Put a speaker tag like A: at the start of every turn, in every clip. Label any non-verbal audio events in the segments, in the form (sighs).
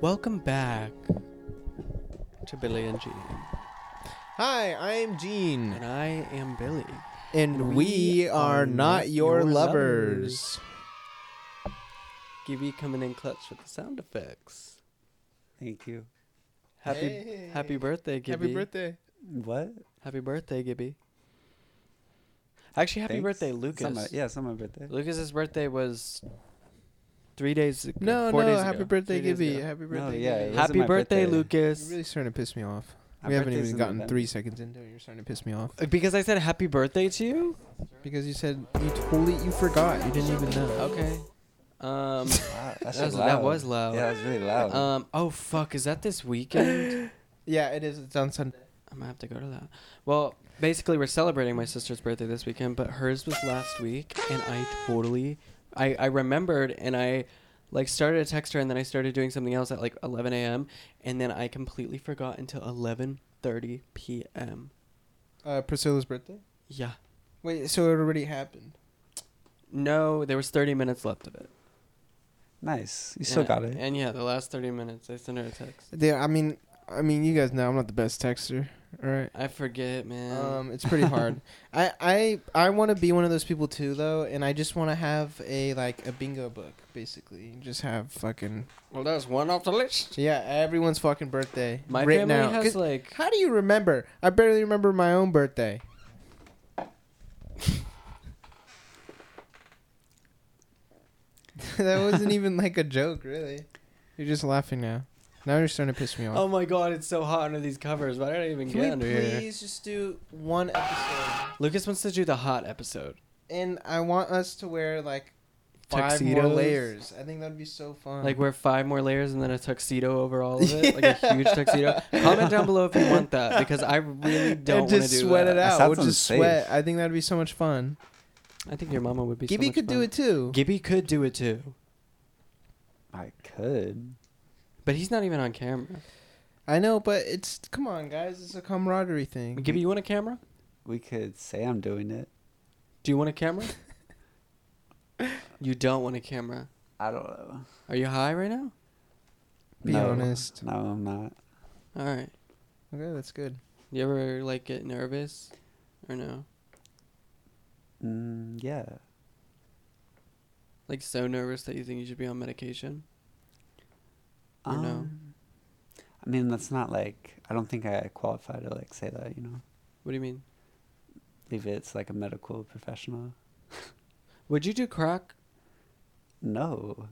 A: Welcome back to Billy and Jean.
B: Hi, I'm Gene.
A: And I am Billy.
B: uh, And we are not your lovers.
A: Gibby E coming in clutch with the sound effects.
C: Thank you.
A: Happy happy
B: Hey.
A: birthday, Gibby.
B: Happy birthday.
C: What?
A: Happy birthday, Gibby. Actually, happy
C: Thanks.
A: birthday,
C: It's
A: Lucas.
C: on my- yeah, it's on my birthday.
A: Lucas's birthday was three days ago.
B: No,
A: four
B: no,
A: days
B: happy
A: ago.
B: birthday,
A: Three days
B: Gibby.
A: ago.
B: Happy
C: No,
B: birthday,
C: yeah, it
B: Gibby.
C: was
A: Happy
C: Happy my
A: birthday,
C: birthday.
B: You're
A: Lucas.
B: really starting to piss me off.
C: My
B: we haven't
C: birthday's
B: even
C: in the
B: gotten
C: event.
B: three seconds into it. You're starting to piss me off.
A: Because I said happy birthday to you?
B: Because you said you totally, you forgot. You didn't even know.
A: Okay.
C: (laughs)
A: Um,
C: Wow, that's
A: that, was,
C: loud.
A: that was loud.
C: Yeah, it was really loud.
A: Um, oh, fuck. Is that this weekend?
B: Yeah, it is. It's on Sunday.
A: I'm going to have to go to that. Well, basically, we're celebrating my sister's birthday this weekend, but hers was last week, and I totally. I, I remembered, and I. Like started to text her and then I started doing something else at like 11 a.m. and then I completely forgot until 11:30 p.m.
B: Uh, Priscilla's birthday.
A: Yeah,
B: Wait, so it already happened.
A: No, there was 30 minutes left of it.
C: nice. You still
A: And-
C: got it.
A: And yeah, the last 30 minutes, I sent her a text.
B: Yeah, I mean, I mean, you guys know I'm not the best texter. All right.
A: I forget, man.
B: Um, it's pretty
A: (laughs)
B: hard. I I I want to be one of those people too, though, and I just want to have a like a bingo book, basically. and Just have fucking
A: well, that's one off the list.
B: yeah, everyone's fucking birthday
A: My
B: written
A: family
B: out. 'Cause
A: has like
B: how do you remember? I barely remember my own birthday. (laughs) that wasn't even like a joke, really. You're just laughing now. Now you're starting to piss me off.
A: Oh my god, it's so hot under these covers. Why did I even get
B: Can
A: under
B: we
A: here?
B: please just do one episode?
A: Lucas wants to do the hot episode.
B: And I want us to wear like five more
A: Tuxedos?
B: layers. I think that'd be so fun.
A: Like wear five more layers and then a tuxedo over all of
B: (laughs)
A: it, like a
B: Yeah.
A: huge tuxedo. Comment down below if you want
B: (laughs)
A: that because I really
B: And
A: don't want to
B: just
A: do
B: sweat
A: that.
B: it
C: That
B: out.
C: sounds
B: We'll just
C: unsafe.
B: sweat. I think that'd be so much fun.
A: I think your mama would be. so
B: Gibby
A: much
B: could do
A: fun.
B: it too.
A: Gibby could do it too,
C: I could.
A: but he's not even on camera.
B: I know, but it's come on, guys. It's a camaraderie thing.
A: Gibby, you want a camera?
C: We could say I'm doing it.
A: Do you want a
B: (laughs)
A: camera? you don't want a camera.
C: I don't know.
A: Are you high right now?
B: Be
C: No.
B: honest.
C: No, I'm not.
A: All right.
B: Okay, that's good.
A: You ever like get nervous or no?
C: Mm, yeah.
A: Like so nervous that you think you should be on medication? Or
C: Um,
A: no?
C: I mean, that's not like I don't think I qualify to like say that. You know,
A: What do you mean?
C: leave it to like a medical professional.
A: Would you do crack?
C: No.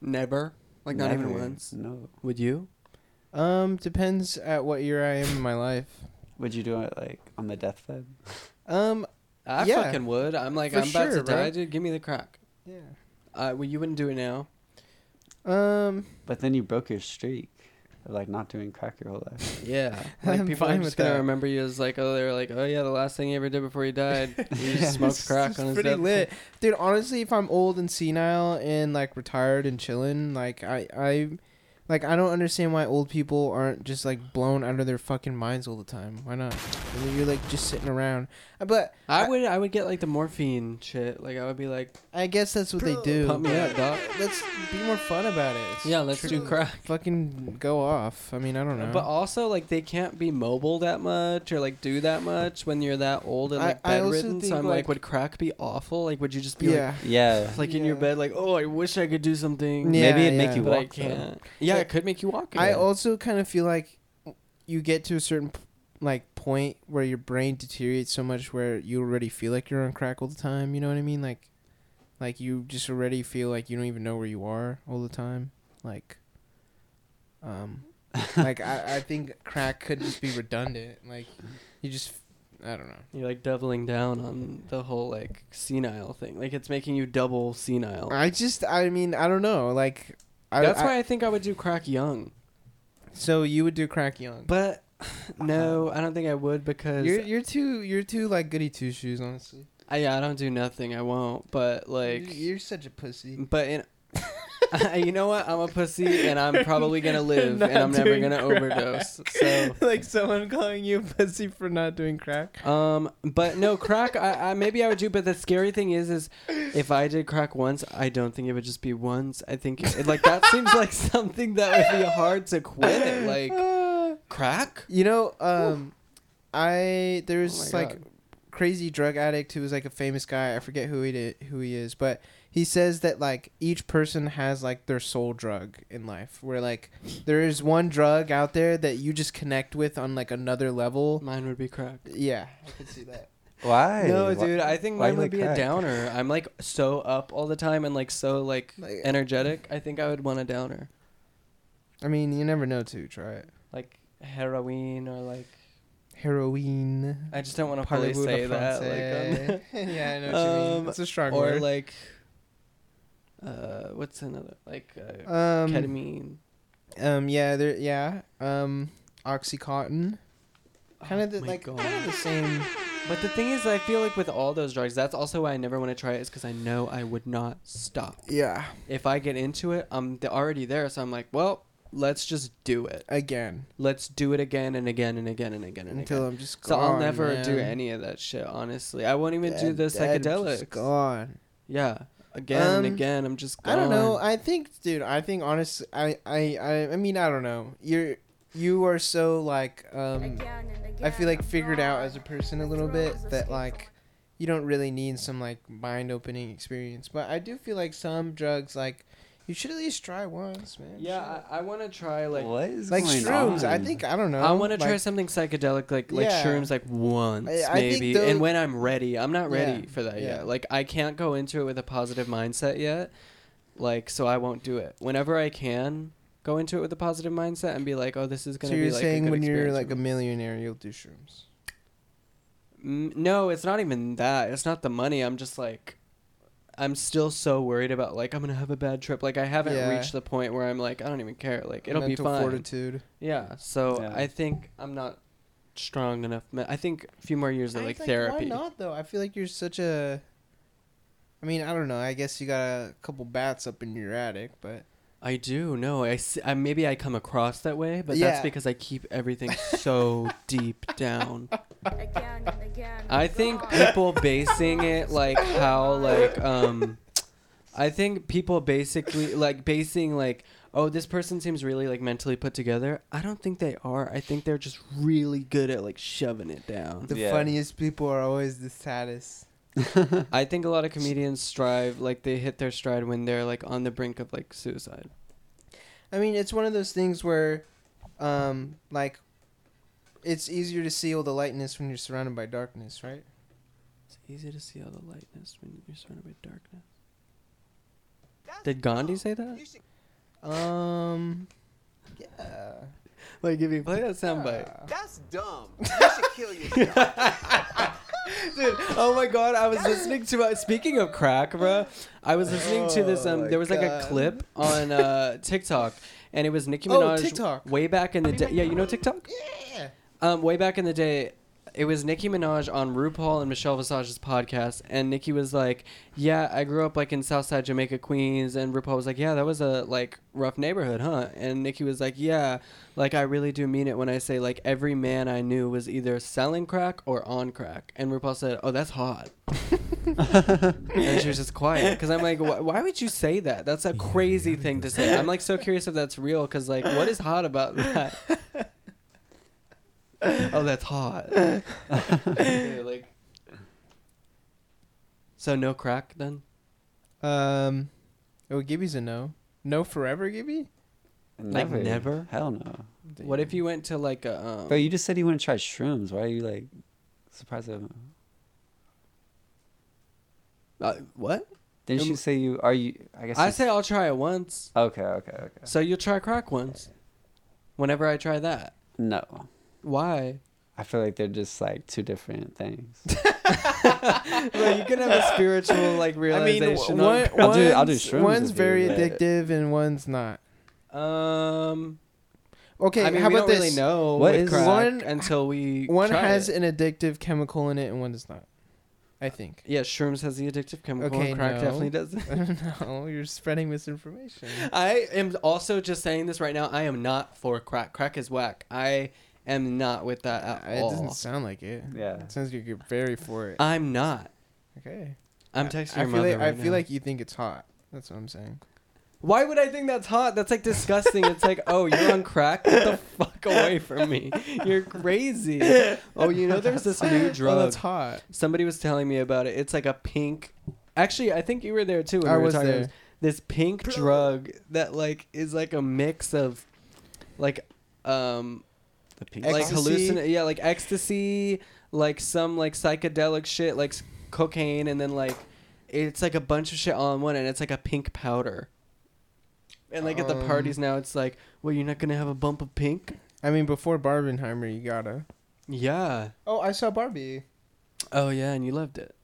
A: Never. Like not even
C: never.
A: once.
C: No.
A: Would you?
B: Um, depends at what year I am in my life.
C: Would you do it like on the deathbed?
B: Um,
A: I
B: Yeah.
A: fucking would. I'm like
B: For
A: I'm about to
B: sure,
A: die,
B: right?
A: dude. Give me the crack.
B: yeah.
A: Uh, well, you wouldn't do it now.
B: Um,
C: But then you broke your streak of like not doing crack your whole life.
A: Yeah.
B: (laughs) I'm
A: Like people are
B: fine
A: just
B: with
A: gonna
B: that.
A: remember you as like, oh, they're like, oh yeah, the last thing he ever did before he
B: (laughs)
A: died, he
C: Yeah.
A: just smoked crack on his
B: pretty
A: death.
B: lit, dude. Honestly, if I'm old and senile and like retired and chilling, like I, I, like I don't understand why old people aren't just like blown out of their fucking minds all the time. Why not? I mean, you're like just sitting around, Uh, but
A: I would I would get like the morphine shit. Like I would be like,
B: I guess that's what they do.
A: Pump me up, doc.
B: Let's be more fun about it. It's
A: yeah, let's do
B: true.
A: crack.
B: Fucking go off. I mean, I don't know.
A: But also, like, they can't be mobile that much or like do that much when you're that old and
B: I-
A: like
B: I also
A: bedridden. So
B: think,
A: I'm like,
B: like-
A: would crack be awful? Like, would you just be
B: yeah,
C: (laughs) Yeah.
A: like, like in your
B: Yeah.
A: bed, like, oh, I wish I could do something,
B: Yeah,
C: Maybe it'd
B: yeah.
C: make you
A: but
C: walk.
A: I
C: though.
A: can't. Yeah, it could make you walk.
B: I
A: again.
B: also kind of feel like you get to a certain p- like point where your brain deteriorates so much where you already feel like you're on crack all the time. You know what I mean? Like, like you just already feel like you don't even know where you are all the time. Like,
A: (laughs)
B: um, like I, I think crack could just be redundant. Like, you just, I don't know.
A: You're like doubling down on the whole like senile thing. Like it's making you double senile.
B: I just, I mean, I don't know. Like, I,
A: Oh. That's
B: I-
A: why I think I would do crack young.
B: So you would do crack young.
A: But (sighs) no, I don't think I would because
B: Uh-huh. you're you're too you're too like goody two shoes. Honestly,
A: I, yeah, I don't do nothing. I won't. But like,
B: you're, you're such a pussy.
A: but in, (laughs)
B: (laughs)
A: you know what? I'm a pussy, and I'm probably gonna live, and
B: Not
A: I'm never
B: doing
A: gonna
B: crack. (laughs)
A: overdose. So.
B: like someone calling you a pussy for not doing crack.
A: Um, but no crack. I, I maybe I would do, but the scary thing is, is if I did crack once, I don't think it would just be once. I think it, like that seems
B: (laughs)
A: like something that would be hard to quit. At, like crack.
B: You know, um, I
A: Oh
B: there's
A: my
B: like
A: God.
B: crazy drug addict who was like a famous guy. I forget who he did, who he is, but he says that like each person has like their soul drug in life, where like there is one drug out there that you just connect with on like another level.
A: Mine would be crack.
B: Yeah, I can see that.
C: Why?
A: No,
C: Why-
A: dude, I think
C: why
A: mine
C: you
A: would
C: like
A: be a
C: crack?
A: downer. I'm like so up all the time and like so like
B: Like-
A: energetic. I think I would want a downer,
B: I mean, you never know to try it.
A: like heroin or like.
B: Heroin.
A: I just don't want to
B: Parlez-vous
A: probably say
B: le
A: that. Like, on-
B: français. (laughs) yeah, I know what you
A: Um,
B: mean. It's a strong
A: or
B: word.
A: like, uh, what's another like uh,
B: um,
A: ketamine?
B: um, yeah, there, yeah, um, oxycontin. Kind of the
A: Oh my
B: like,
A: God.
B: kind of the same.
A: But the thing is, I feel like with all those drugs, that's also why I never want to try it, is because I know I would not stop.
B: Yeah.
A: If I get into it, I'm th- already there, so I'm like, well, let's just do it.
B: Again,
A: Let's do it again and again and again and again and
B: until
A: again.
B: I'm just
A: So
B: gone.
A: I'll never do
B: man.
A: any of that shit, honestly. I won't even
B: Dead-
A: do the
B: dead, I'm just
A: psychedelics.
B: Gone.
A: Yeah, again and
B: Um,
A: again. I'm just. Gone.
B: I don't know. I think, dude. I think, honestly, I, I, I, I mean, I don't know. You're, you are so like, um, I feel like figured out as a person a little bit that like you don't really need some like mind opening experience. But I do feel like some drugs like you should at least try once, man.
A: yeah, I, I want to try like.
C: what is
B: like
C: going
B: shrooms. I
C: on?
B: think I don't know.
A: I want to try
B: like,
A: something psychedelic, like like
B: Yeah.
A: shrooms, like once
B: I- I think
A: maybe,
B: tho-
A: and when I'm ready. I'm not ready
B: Yeah,
A: for that
B: yeah.
A: yet. Like I can't go into it with a positive mindset yet. Like so, I won't do it. Whenever I can go into it with a positive mindset and be like, oh, this is
B: So
A: gonna
B: you're
A: be like a
B: saying
A: good
B: when you're
A: experience
B: like
A: for
B: a
A: me.
B: millionaire, you'll do shrooms.
A: Mm, no, it's not even that. It's not the money. I'm just like. I'm still so worried about like I'm gonna have a bad trip. Like I haven't
B: Yeah.
A: reached the point where I'm like I don't even care. Like it'll
B: Mental
A: be fine.
B: Fortitude.
A: Yeah, so
C: Yeah.
A: I think I'm not strong enough. ma- I think a few more years
B: I
A: of
B: was
A: like
B: like,
A: therapy.
B: Why not though? I feel like you're such a. I mean, I don't know. I guess you got a couple bats up in your attic, but
A: I do. No, I, s- I- maybe I come across that way, but that's
B: Yeah.
A: because I keep everything
B: (laughs)
A: so deep down.
B: Oh
A: I think people basing
B: (laughs)
A: it like how like um I think people basically like basing like oh this person seems really like mentally put together. I don't think they are. I think they're just really good at like shoving it down.
B: the
C: Yeah.
B: funniest people are always the saddest.
C: (laughs)
A: I think a lot of comedians strive like they hit their stride when they're like on the brink of like suicide.
B: I mean, it's one of those things where, um, like, it's easier to see all the lightness when you're surrounded by darkness, right?
A: It's easy to see all the lightness when you're surrounded by darkness. Did Gandhi say that?
B: Um, yeah. Ah.
A: Like, if you play that soundbite.
D: That's dumb. You should kill yourself.
A: Dude, oh my god, I was listening to uh, speaking of crack, bro. I was listening to this
B: Oh
A: um
B: my
A: there was like a
B: God.
A: clip on uh TikTok and it was Nicki
B: Oh,
A: Minaj
B: TikTok.
A: way back in the day. Yeah, you know TikTok?
B: Yeah.
A: Um, way back in the day, it was Nicki Minaj on RuPaul and Michelle Visage's podcast, and Nicki was like, "Yeah, I grew up like in Southside Jamaica, Queens," and RuPaul was like, "Yeah, that was a like rough neighborhood, huh?" And Nicki was like, "Yeah, like I really do mean it when I say like every man I knew was either selling crack or on crack," and RuPaul said, "Oh, that's hot." and she was just quiet because I'm like, why, why would you say that? That's a crazy thing to say. I'm like so curious if that's real because like, what is hot about that? oh, that's
B: (laughs)
A: hot. Okay, like, so no crack then?
B: Um, oh, Gibby's a no. No forever, Gibby.
A: Like, never?
C: Hell no.
A: What if you went to like a? Um,
C: Bro, you just said you wouldn't try shrooms. Why are you like surprised? At
A: uh, what?
C: Didn't you
A: Um,
C: say you are you? I guess
A: I
C: you-
A: say I'll try it once.
C: Okay, okay, okay.
A: So you'll try crack once. Whenever I try that,
C: No,
B: (laughs)
A: why?
C: I feel like they're just like two different things.
A: Well, you can have a spiritual like
B: I mean,
A: realization.
B: one,
A: (laughs)
C: I'll do- I'll do
B: one's-
C: shrooms
B: one's
C: with you,
B: very
C: but-
B: addictive and one's not.
A: Um,
B: Okay,
A: I mean,
B: how
A: we
B: about
A: don't
B: this?
A: really know
C: What
A: with
C: is-
A: crack
B: One-
A: until we
B: One
A: try
B: has
A: it.
B: an addictive chemical in it, and one does not. I think. (laughs)
A: yeah, shrooms has the addictive chemical,
B: Okay,
A: and crack
B: no.
A: definitely does.
B: no, you're spreading misinformation.
A: I am also just saying this right now. I am not for crack. Crack is whack. I am not with that at
B: it
A: all.
B: doesn't sound like it.
C: Yeah.
B: It sounds like you're very for it.
A: I'm not.
B: Okay.
A: I'm
B: I-
A: texting
B: I
A: your
B: feel
A: mother.
B: Like,
A: right
B: I feel
A: now.
B: like you think it's hot. That's what I'm saying.
A: Why would I think that's hot? That's like disgusting. it's like, oh, you're on crack. Get the fuck away from me. You're
B: (laughs)
A: crazy. Oh, you know, there's this new
B: Oh,
A: drug.
B: that's hot.
A: Somebody was telling me about it. It's like a pink. Actually, I think you were there too. When
B: I
A: we were
B: was
A: talking about
B: there.
A: This, this pink drug that like is like a mix of, like, um,
C: The pink
A: like
B: Ecstasy?
A: hallucin yeah like ecstasy like some like psychedelic shit like s- cocaine and then like it's like a bunch of shit all in one and it's like a pink powder and like at the
B: Um.
A: parties now it's like well you're not gonna have a bump of pink
B: I mean, before Barbenheimer, you gotta.
A: yeah
B: Oh, I saw Barbie.
A: oh yeah and you loved it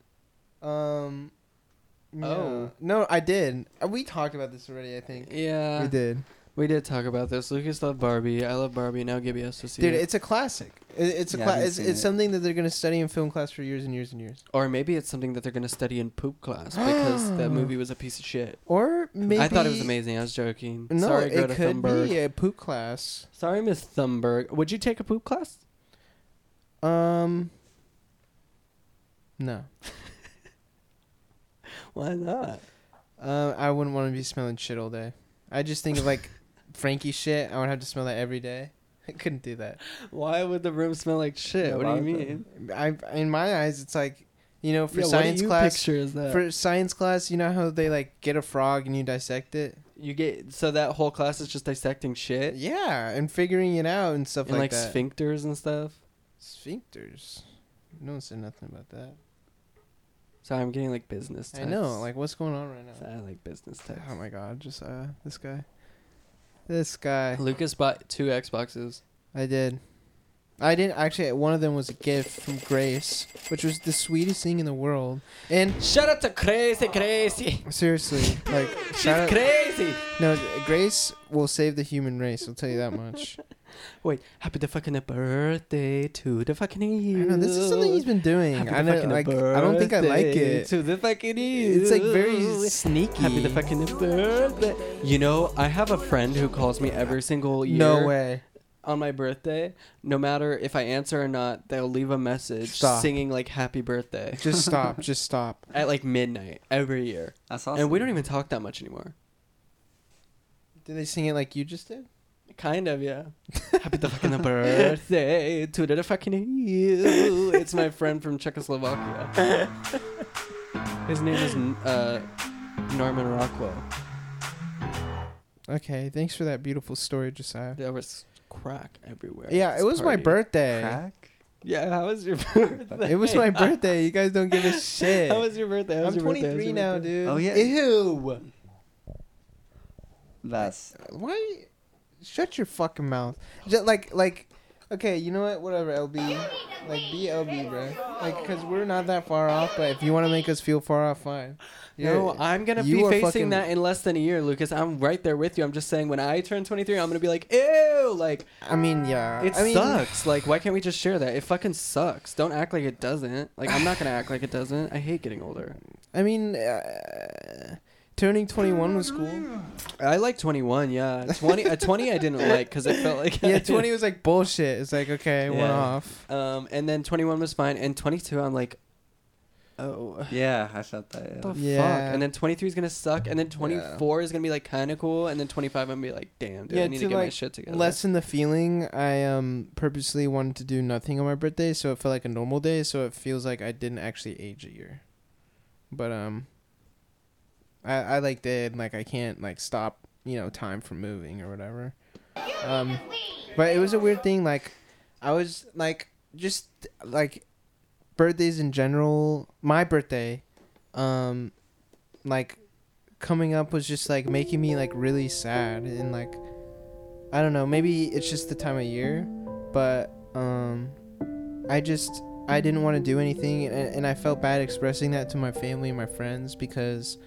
B: Um. yeah.
A: Oh.
B: no, I did. Uh, We talked about this already. I think
A: yeah
B: we did.
A: we did talk about this lucas loved barbie i love barbie now gibby has to see
B: Dude,
A: it.
B: it's a classic. It, it's a
C: Yeah, I
B: cla-
C: haven't
B: it's,
C: seen
B: it's
C: it.
B: something that they're gonna study in film class for years and years and years.
A: or maybe it's something that they're gonna study in poop class because
B: (gasps)
A: that movie was a piece of shit
B: Or maybe
A: i thought it was amazing i was joking
B: No,
A: sorry greta
B: it could
A: thunberg
B: be a poop class.
A: sorry miss thunberg would you take a poop class
B: Um. No,
A: Why not?
B: uh, I wouldn't want to be smelling shit all day. I just think of
A: (laughs)
B: like Frankie shit. I would have to smell that every day. (laughs) I couldn't do that.
A: Why would the room smell like shit?
C: Yeah,
A: what do you
C: why would
A: mean?
B: I in my eyes, it's like you know for
A: Yeah, what
B: science
A: do you
B: class.
A: picture is that?
B: For science class, you know how they like get a frog and you dissect it.
A: you get so that whole class is just dissecting shit
B: Yeah, and figuring it out and stuff
A: and like,
B: like, that.
A: sphincters and stuff.
B: Sphincters. No one said nothing about that.
A: So I'm getting like business. Types.
B: I know. Like, what's going on right
A: So
B: now?
A: I like business types.
B: Oh my god! Just uh, this guy. This guy.
A: Lucas bought two Xboxes.
B: I did. I didn't actually. One of them was a gift from Grace, which was the sweetest thing in the world. And
A: Shout out to crazy, crazy.
B: seriously, like,
A: She's
B: shout out,
A: crazy.
B: no, Grace will save the human race. I'll tell you that much.
A: Wait, happy the fucking birthday to the fucking
B: I
A: you.
B: don't know, this is something he's been doing.
A: Happy
B: I
A: the
B: know,
A: fucking
B: like, I don't think I like
A: birthday
B: it.
A: To the fucking you.
B: It's like very sneaky.
A: (laughs) Happy the fucking birthday. You know, I have a friend who calls me every single year
B: no way.
A: on my birthday. No matter if I answer or not, they'll leave a message
B: Stop.
A: singing like happy birthday
B: Just
A: (laughs)
B: stop. Just stop.
A: at like midnight every year.
C: That's awesome.
A: And we don't even talk that much anymore.
B: Did they sing it like you just did?
A: Kind of, yeah. (laughs) happy the (laughs) fucking birthday to the fucking you. It's my friend from Czechoslovakia. (laughs) His name is uh, Norman Rockwell.
B: Okay, thanks for that beautiful story, Josiah.
A: There was crack everywhere. at
B: Yeah,
A: this
B: it was my
A: party.
B: birthday.
C: crack.
A: Yeah, how was your (laughs) birthday?
B: It
A: (laughs)
B: was my birthday. You guys don't give a shit.
A: How was your birthday? How was
B: I'm
A: your birthday? How was
B: 23
A: your
B: now,
A: birthday?
B: dude.
C: Oh, yeah.
B: Ew.
C: That's
B: Why? Shut your fucking mouth. Just like, like, okay, you know what? Whatever, LB. Like, be LB, bro. Like, cause we're not that far off. But if you want to make us feel far off, fine.
A: No,
B: You're-
A: I'm gonna
B: you
A: be
B: are
A: facing
B: fucking-
A: that in less than a year, Lucas. I'm right there with you. I'm just saying, when I turn 23, I'm gonna be like, ew, like
B: I mean, yeah.
A: it
B: I mean,
A: sucks. Like, why can't we just share that? It fucking sucks. Don't act like it doesn't. Like, I'm not gonna act like it doesn't. I hate getting older.
B: I mean, uh, turning 21 was cool.
A: I like 21. Yeah, 20. A 20 uh, I (laughs) didn't like because it felt like (laughs)
B: Yeah, 20 was like bullshit. It's like, okay, one
A: Yeah.
B: off.
A: Um, and then 21 was fine, and 22, I'm like, oh.
C: yeah. I felt that. Yeah.
A: What the
B: Yeah.
A: fuck? And then 23 is going to suck. And then 24 is going to be like kind of cool. And then 25, I'm going to be like, damn, dude,
B: Yeah,
A: I need
B: to,
A: to get my
B: like,
A: shit together.
B: lessen the feeling. I um purposely wanted to do nothing on my birthday, so it felt like a normal day. So it feels like I didn't actually age a year. But um, I I like did like I can't like stop you know time from moving or whatever. Um, but it was a weird thing. Like I was like just like birthdays in general. My birthday, um, like coming up was just like making me like really sad and like I don't know, maybe it's just the time of year, but um I just I didn't want to do anything and, and I felt bad expressing that to my family and my friends because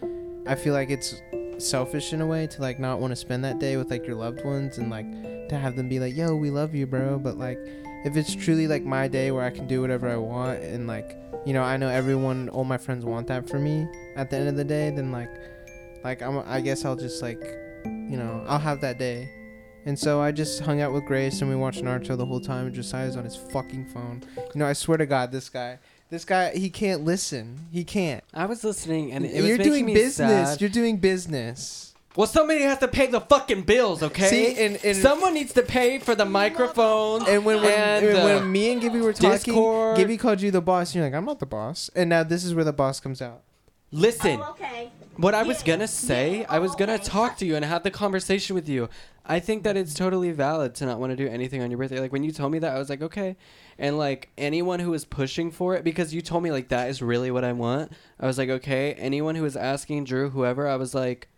B: I feel like it's selfish in a way to like not want to spend that day with like your loved ones and like to have them be like, "Yo, we love you, bro." But like, if it's truly like my day where I can do whatever I want and like, you know, I know everyone, all my friends want that for me. At the end of the day, then like, like I'm, I guess I'll just like, you know, I'll have that day. And so I just hung out with Grace and we watched Naruto the whole time. And Josiah's on his fucking phone. You know, I swear to God, this guy, this guy, he can't listen. He can't.
A: I was listening and it was
B: You're
A: making
B: doing
A: me
B: business.
A: sad.
B: You're doing business.
A: Well, somebody has to pay the fucking bills, okay?
B: See, and- and-
A: someone needs to pay for the microphones.
B: And when when,
A: And,
B: when-
A: uh,
B: when me and Gibby were talking,
A: Discord.
B: Gibby called you the boss. And you're like, I'm not the boss. And now this is where the boss comes out.
A: listen,
E: Oh, okay.
A: what I was
E: Yeah,
A: gonna say,
E: yeah,
A: I was gonna
E: okay.
A: talk to you and have the conversation with you. I think that it's totally valid to not want to do anything on your birthday. Like when you told me that, I was like, okay. And like anyone who is pushing for it, because you told me like that is really what I want. I was like, okay. Anyone who is asking Drew, whoever, I was like,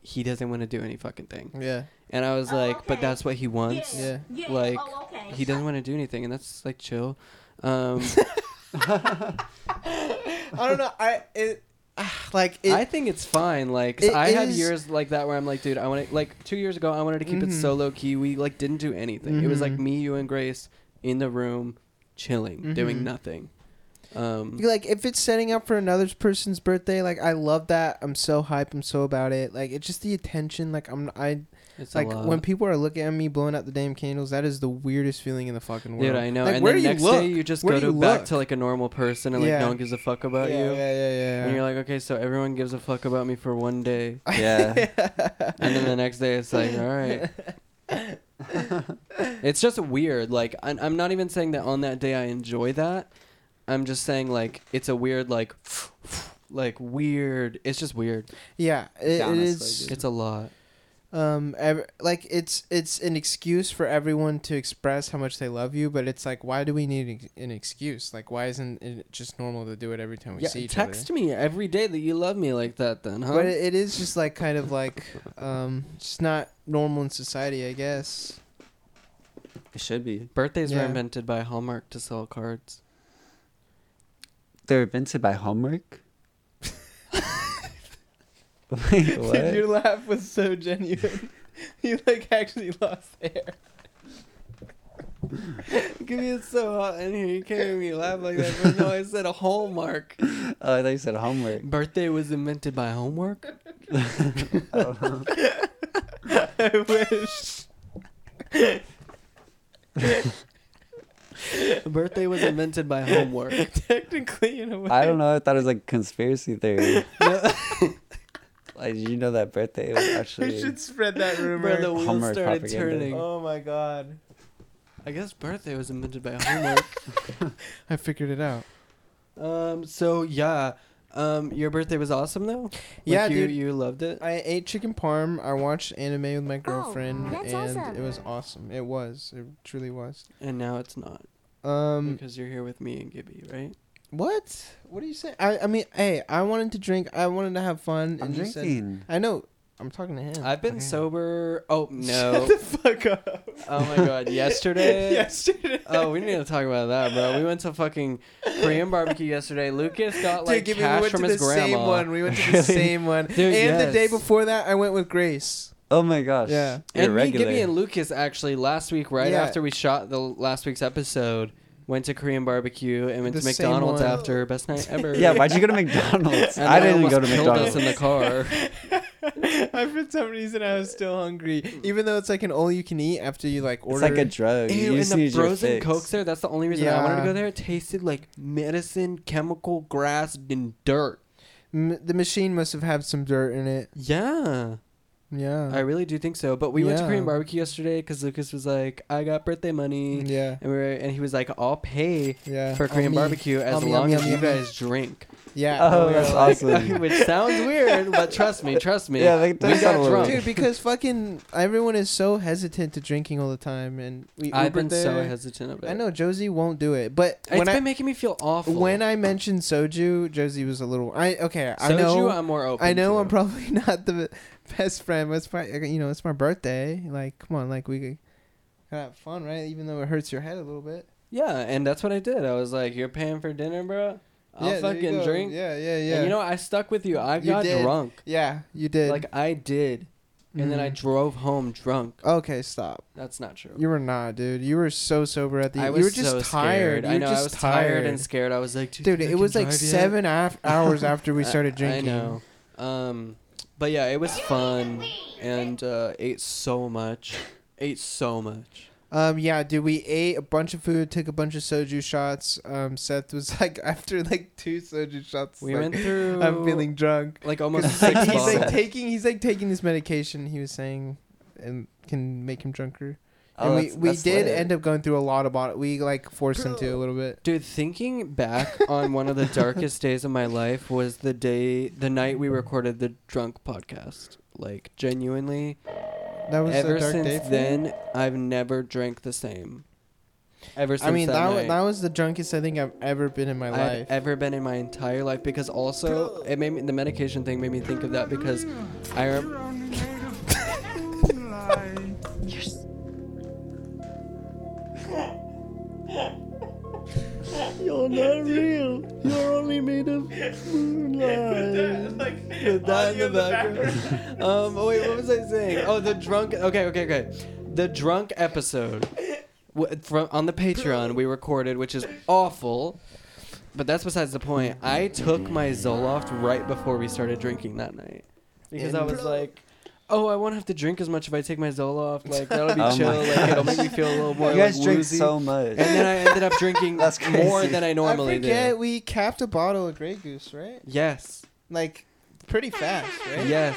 A: he doesn't want to do any fucking thing.
B: Yeah.
A: And I was
E: Oh,
A: like, but
E: okay.
A: that's what he wants.
B: Yeah.
E: Yeah.
A: Like,
E: oh, okay.
A: He doesn't want to do anything, and that's like chill. Um,
B: I don't know. I it ah, like it,
A: I think it's fine. Like
B: It
A: I had
B: is-
A: years like that where I'm like, dude, I want to like two years ago I wanted to keep it
B: Mhm.
A: so low key. We like didn't do anything. It was like
B: Mhm.
A: me, you, and Grace in the room, chilling,
B: Mhm.
A: doing nothing. Um,
B: like if it's setting up for another person's birthday. Like I love that. I'm so hype. I'm so about it. Like it's just the attention. Like I'm I
A: it's
B: like
A: a lot.
B: when people are looking at me blowing out the damn candles. That is the weirdest feeling in the fucking world.
A: Dude, I know.
B: Like,
A: and
B: where
A: then
B: do you
A: next
B: look?
A: day, you just
B: Where
A: go
B: do
A: to
B: you
A: back
B: look?
A: to like a normal person, and like
B: Yeah.
A: no one gives a fuck about
B: yeah,
A: you.
B: Yeah, yeah, yeah.
A: And you're like, okay, so everyone gives a fuck about me for one
B: (laughs)
A: day,
C: Yeah.
A: and then the next day it's like, all (laughs) right. it's just weird. Like I'm, I'm not even saying that on that day I enjoy that. I'm just saying like it's a weird like (sniffs) like weird. It's just weird.
B: yeah, it, it
C: honestly,
B: is.
C: dude.
A: It's a lot.
B: um ev- like it's it's an excuse for everyone to express how much they love you but it's like why do we need ex- an excuse like why isn't it just normal to do it every time we
A: Yeah,
B: see each
A: text me every day that you love me like that. Then, huh?
B: other but it, it is just like kind of like um just not normal in society i guess
C: It should be.
A: Birthdays were
B: Yeah.
A: invented by Hallmark to sell cards.
C: They're invented
B: (laughs)
C: by homework. Wait,
B: (laughs)
C: what?
B: laugh was so genuine (laughs) you like actually lost air
A: (laughs) Give me it's so hot in here. You can't hear me laugh like that. But no, I said a Hallmark.
C: Oh, I thought you
B: (laughs)
C: said homework. (laughs)
A: Birthday was invented by homework.
B: (laughs) i wish
A: Birthday was invented by homework.
B: technically in a way
C: I don't know. I thought it was like conspiracy
B: (laughs)
C: theory. (laughs) like, did you know that birthday was actually?
B: spread that
A: Bro, the wheels
C: Homework
A: started
C: propaganda.
A: turning.
B: oh my god
A: I guess birthday was invented by homework.
B: i figured it out
A: (laughs) um, so yeah, um, your birthday was awesome though. Like,
B: Yeah,
A: you,
B: dude.
A: you loved it.
B: I ate chicken parm. I watched anime with my girlfriend,
E: Oh, that's
B: and
E: awesome.
B: it was awesome. It was. It truly was.
A: And now it's not
B: Um,
A: because you're here with me and Gibby, right?
B: what? What are you saying? I, I mean, hey, I wanted to drink. I wanted to have fun.
C: I'm
B: and you said-
C: drinking.
B: I know. I'm talking to him. (laughs)
A: I've been sober. Oh no!
B: Shut the fuck up.
A: oh my god! Yesterday.
B: (laughs) Yesterday.
A: Oh, we need to talk about that, bro. We went to fucking Korean barbecue yesterday. Lucas got like
B: Dude, Gibby,
A: cash
B: we went
A: from
B: to
A: his
B: the
A: grandma.
B: same one.
A: (laughs)
B: We went to the
C: Really?
B: same one.
A: Dude,
B: and the day
A: yes.
B: before that, I went with Grace.
C: Oh my gosh.
B: Yeah.
C: You're
A: And
C: regular.
A: me, Gibby, and Lucas actually last week, right
B: Yeah.
A: after we shot the last week's episode, went to Korean barbecue and went
B: The
A: to
B: same
A: McDonald's
B: one.
A: after best
B: (laughs)
A: night ever.
C: yeah, why'd you go to McDonald's?
A: And
C: I
A: they
C: didn't go to
A: almost killed us
C: McDonald's.
A: in the car.
B: (laughs) I, for some reason, I was still hungry, even though it's like an all-you-can-eat after you like
C: It's
B: order.
C: like a drug.
A: Ew,
C: you
A: and
C: just
A: the
C: need your
A: frozen
C: fix.
A: cokes there. That's the only reason I wanted to
B: Yeah.
A: go there. It tasted like medicine, chemical, grass, and dirt.
B: M- the machine must have had some dirt in it.
A: Yeah,
B: Yeah.
A: I really do think so. But we went to
B: Yeah.
A: Korean barbecue yesterday because Lucas was like, "I got birthday money,"
B: yeah.
A: and we were, and he was like, "I'll pay."
B: Mm. Yeah.
A: For Korean
B: Yummy.
A: barbecue, as
B: Yummy,
A: long
B: yummy,
A: as you
B: yummy.
A: guys drink,
B: Yeah.
C: Oh,
B: we
C: that's
B: were
A: (laughs)
C: awesome.
A: which sounds weird, but trust me, trust me.
C: Yeah, like,
A: We
C: that's
A: got
C: not a little-
A: drunk.
B: Dude, because fucking everyone is so hesitant to drinking all the time, and we
A: I've
B: Ubered
A: been so
B: there.
A: hesitant about it.
B: I know Josie won't do it, but
A: It's
B: when
A: been
B: I
A: making me feel awful.
B: when I mentioned soju, Josie was a little. I okay. I
A: Soju,
B: know.
A: I'm more open.
B: I know I'm
A: to.
B: probably (laughs) not the best friend. But it's my, you know, it's my birthday. Like, come on, like we could gotta have fun, right? Even though it hurts your head a little bit.
A: Yeah, and that's what I did. I was like, "You're paying for dinner, bro. I'll
B: Yeah, there you
A: fucking
B: go.
A: drink.
B: Yeah, yeah, yeah.
A: And you know, I stuck with you. I
B: You
A: got
B: did.
A: drunk.
B: yeah, you did.
A: Like I did. And then I
B: Mhm.
A: drove home drunk.
B: Okay, stop.
A: That's not true.
B: You were not, dude. You were so sober at the.
A: I
B: end.
A: was
B: you were just
A: so scared.
B: tired. You
A: I
B: were
A: know.
B: just
A: I was tired. and scared. I was like, dude,
B: Dude,
A: I
B: it
A: can
B: was like
A: drive yet?
B: seven
A: (laughs)
B: af- hours after we
A: I-
B: started drinking.
A: I know. Um, but yeah, it was fun and uh, ate so much. ate so much.
B: Um, yeah, dude, we ate a bunch of food, took a bunch of soju shots. Um, Seth was (laughs) like, after like two soju shots,
A: We
B: like,
A: went through.
B: (laughs) I'm feeling drunk.
A: like
B: 'Cause (laughs)
A: almost
B: he's like-
A: six
B: he's like
A: bottles.
B: taking, he's like taking this medication. He was saying, and can make him drunker. And
C: Oh,
B: we
C: that's-
B: we
C: that's
B: did
C: lit.
B: end up going through a lot of bottle. We like forced him to a little bit.
A: Dude, thinking back on one
B: (laughs)
A: of the darkest days of my life was the day, the night we recorded the drunk podcast. Like genuinely,
B: That was
A: ever
B: a dark day.
A: since
B: for you?
A: then, I've never drank the same. Ever since
B: I mean, that,
A: that,
B: wa-
A: night.
B: that was the drunkest I think I've ever been in my
A: I've
B: life.
A: ever been in my entire life because also it made me, the medication thing made me think of that because I rem- (laughs) You're (laughs) not real. You're only made of moonlight. With that in the background. (laughs) um, oh, wait, what was I saying? Oh, the drunk. Okay, okay, okay. The drunk episode w- from on the Patreon we recorded, which is awful. But that's besides the point. I took my Zoloft right before we started drinking that night because I was like, "Oh, I won't have to drink as much if I take my Zoloft. Like that'll be
C: (laughs) Oh my
A: chill. Like it'll make me
C: gosh.
A: feel a little more
C: you guys
A: like,
C: drink
A: woozy."
C: so much.
A: And then I ended up drinking
C: (laughs) That's
A: more
C: crazy.
A: than I normally
B: I forget
A: did.
B: we capped a bottle of Grey Goose, right?
A: Yes,
B: Like pretty fast, right?
A: yes,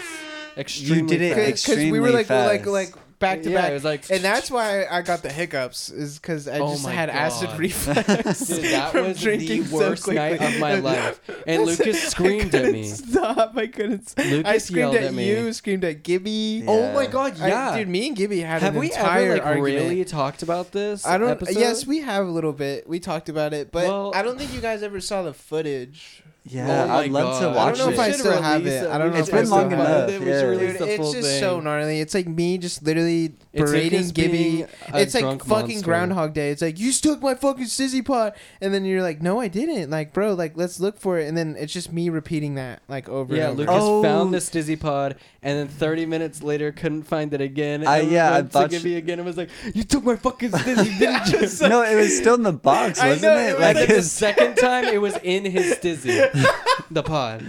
A: extremely.
C: did it
A: fast.
C: ex-
B: because we were
C: Extremely
B: like we're like
C: fast.
B: like back to
A: yeah,
B: back,
A: It was like,
B: and that's why I got the hiccups is because I
A: Oh
B: just
A: my
B: had acid
A: God.
B: (laughs) reflex.
A: Dude, that
B: from
A: was the
B: drinking so
A: worst night
B: quickly.
A: of
B: (laughs)
A: my life. And Lucas screamed
B: I
A: at
B: couldn't
A: me.
B: Stop! I couldn't. s-
A: Lucas
B: I screamed
A: yelled
B: at,
A: at me.
B: you. Screamed at Gibby.
C: Yeah.
A: Oh my god,
B: I-
A: yeah.
B: dude, me and Gibby had
A: have
B: an
A: we
B: entire
A: ever like
B: argument.
A: really talked about this?
B: I don't.
A: Episode?
B: Yes, we have a little bit. We talked about it, but
A: Well-
B: I don't think you guys ever saw the footage.
C: yeah,
A: Oh my
C: I'd
A: God.
C: love to watch
B: I don't know
C: it.
B: if I
A: should
B: still have
A: release
B: it. I don't know
C: It's
B: if I
C: been
B: still
C: long
B: have
C: enough,
B: it.
A: We should
C: yeah.
A: release
B: (laughs) Dude,
A: the
B: it's
A: full
B: just
A: thing.
B: so gnarly. It's like me just literally
A: It's
B: berating
A: Lucas
B: Gibby.
A: being a
B: It's like
A: drunk
B: fucking
A: monster.
B: Groundhog Day. It's like you took my fucking sissy pot, and then you're like, no, I didn't. Like, bro, like let's look for it, and then it's just me repeating that like over.
A: Yeah,
B: and over.
A: Lucas
C: Oh.
A: found this dizzy pod, and then 30 minutes later couldn't find it again.
C: I-
A: and
C: yeah, I
A: went to
C: thought
A: Gibby
C: you-
A: again. and was like, "You took my fucking
B: (laughs)
A: stizzy, didn't you?"
C: (laughs) no, it was still in the box,
B: I
C: wasn't
B: know,
C: it?
B: it was
A: (laughs)
C: Like,
A: And then the
C: it's
A: second time, it was in his
C: (laughs)
A: stizzy, the pod.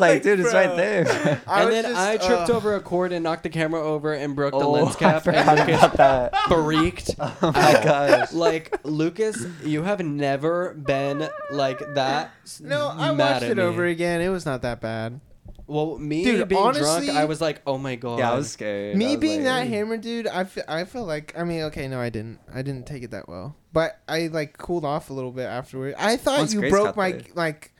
C: like, dude, it's
B: Bro. (laughs)
C: right there.
B: I
A: and
B: was
A: then
B: just,
A: I tripped
B: uh,
A: over a cord and knocked the camera over and broke the
C: Oh,
A: lens
C: (laughs) I
A: cap.
C: forgot
A: And Lucas
C: about that.
A: freaked
C: (laughs) Oh my gosh.
A: like Lucas, you have never been like that. s-
B: No, I
A: mad
B: watched
A: at
B: it
A: me.
B: over again. It was not that bad.
A: Well, me
B: Dude,
A: being
B: honestly-
A: drunk, I was like, oh my god.
C: (laughs) Yeah, I was scared. I
B: me
C: was
B: being
C: like-
B: that hammer dude I feel, I feel like i mean okay no i didn't i didn't take it that well but i like cooled off a little bit afterward i thought
C: Once
B: you
C: Grace
B: broke
C: got
B: my
C: there.
B: like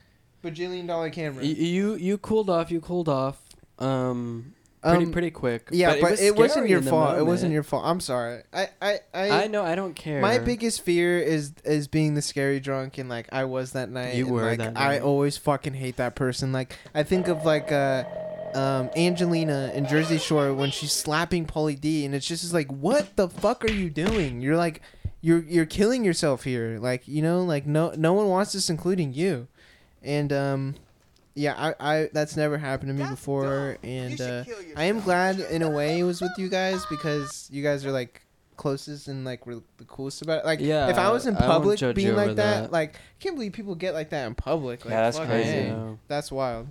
B: bajillion dollar camera
A: Y- you you cooled off. You cooled off. Um, pretty
B: Um,
A: pretty quick.
B: yeah but, it, was not
A: scary
B: your
A: in the
B: fault it wasn't
A: moment.
B: your fault i'm sorry i i i,
A: I know. I don't care.
B: my biggest fear is is being the scary drunk and like i was that night
A: You
B: and,
A: were
B: like
A: that
B: i
A: night.
B: always fucking hate that person like i think of like uh um, Angelina in Jersey Shore when she's slapping Pauly D, and it's just it's like, what the fuck are you doing? You're like, you're you're killing yourself here. Like you know, like no no one wants this, including you. And um, yeah, I, I that's never happened to (laughs) me
D: That's
B: before,
D: dumb. You
B: and
D: should
B: uh,
D: kill
B: I am
D: yourself.
B: glad in a way it was with you guys because you guys are like closest and like were the coolest about it. Like
A: Yeah,
B: if I was in
A: I won't
B: public
A: judge
B: being
A: you
B: like
A: over
B: that,
A: that.
B: like I can't believe people get like that in public. Like,
C: Yeah, that's
B: fuck,
A: I
C: crazy.
B: man.
A: know.
B: That's wild.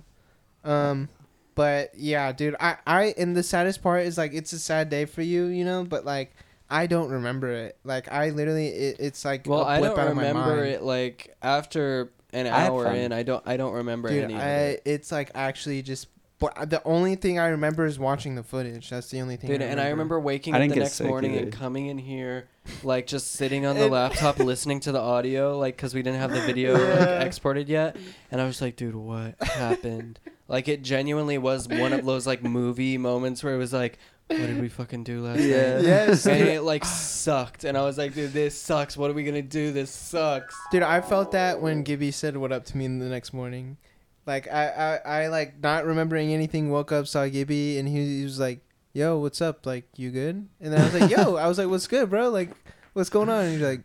B: Um, but yeah, dude, I, I, and the saddest part is like, it's a sad day for you, you know, but like, I don't remember it. Like, I literally, it, it's like,
A: Well,
B: a
A: I
B: blip
A: don't
B: out of my
A: remember
B: mind.
A: it. Like after an
C: I had
A: hour
C: fun.
A: in, I don't. I don't remember
B: Dude,
A: any. of
B: I,
A: it.
B: it's like actually just, but the only thing I remember is watching the footage. That's the only thing.
A: Dude, and I remember waking
C: I
A: up
C: didn't
A: the
C: get
A: next
C: sick
A: morning and
C: either.
A: coming in here, like just sitting on the
B: And-
A: laptop listening to the audio, like because we didn't have the video like,
B: Yeah.
A: exported yet, and I was like, dude, what happened? like it genuinely was one of those like movie moments where it was like, what did we fucking do last
C: Yeah.
A: night?
B: Yes.
A: and it like sucked, and I was like, dude, this sucks. What are we gonna do? This sucks.
B: Dude, I felt that when Gibby said what up to me the next morning. Like I, I, I like not remembering anything, woke up, saw Gibby and he, he was like, Yo, what's up? Like, you good? And then I was like, Yo, I was like, What's good, bro? Like, what's going on? And he's like,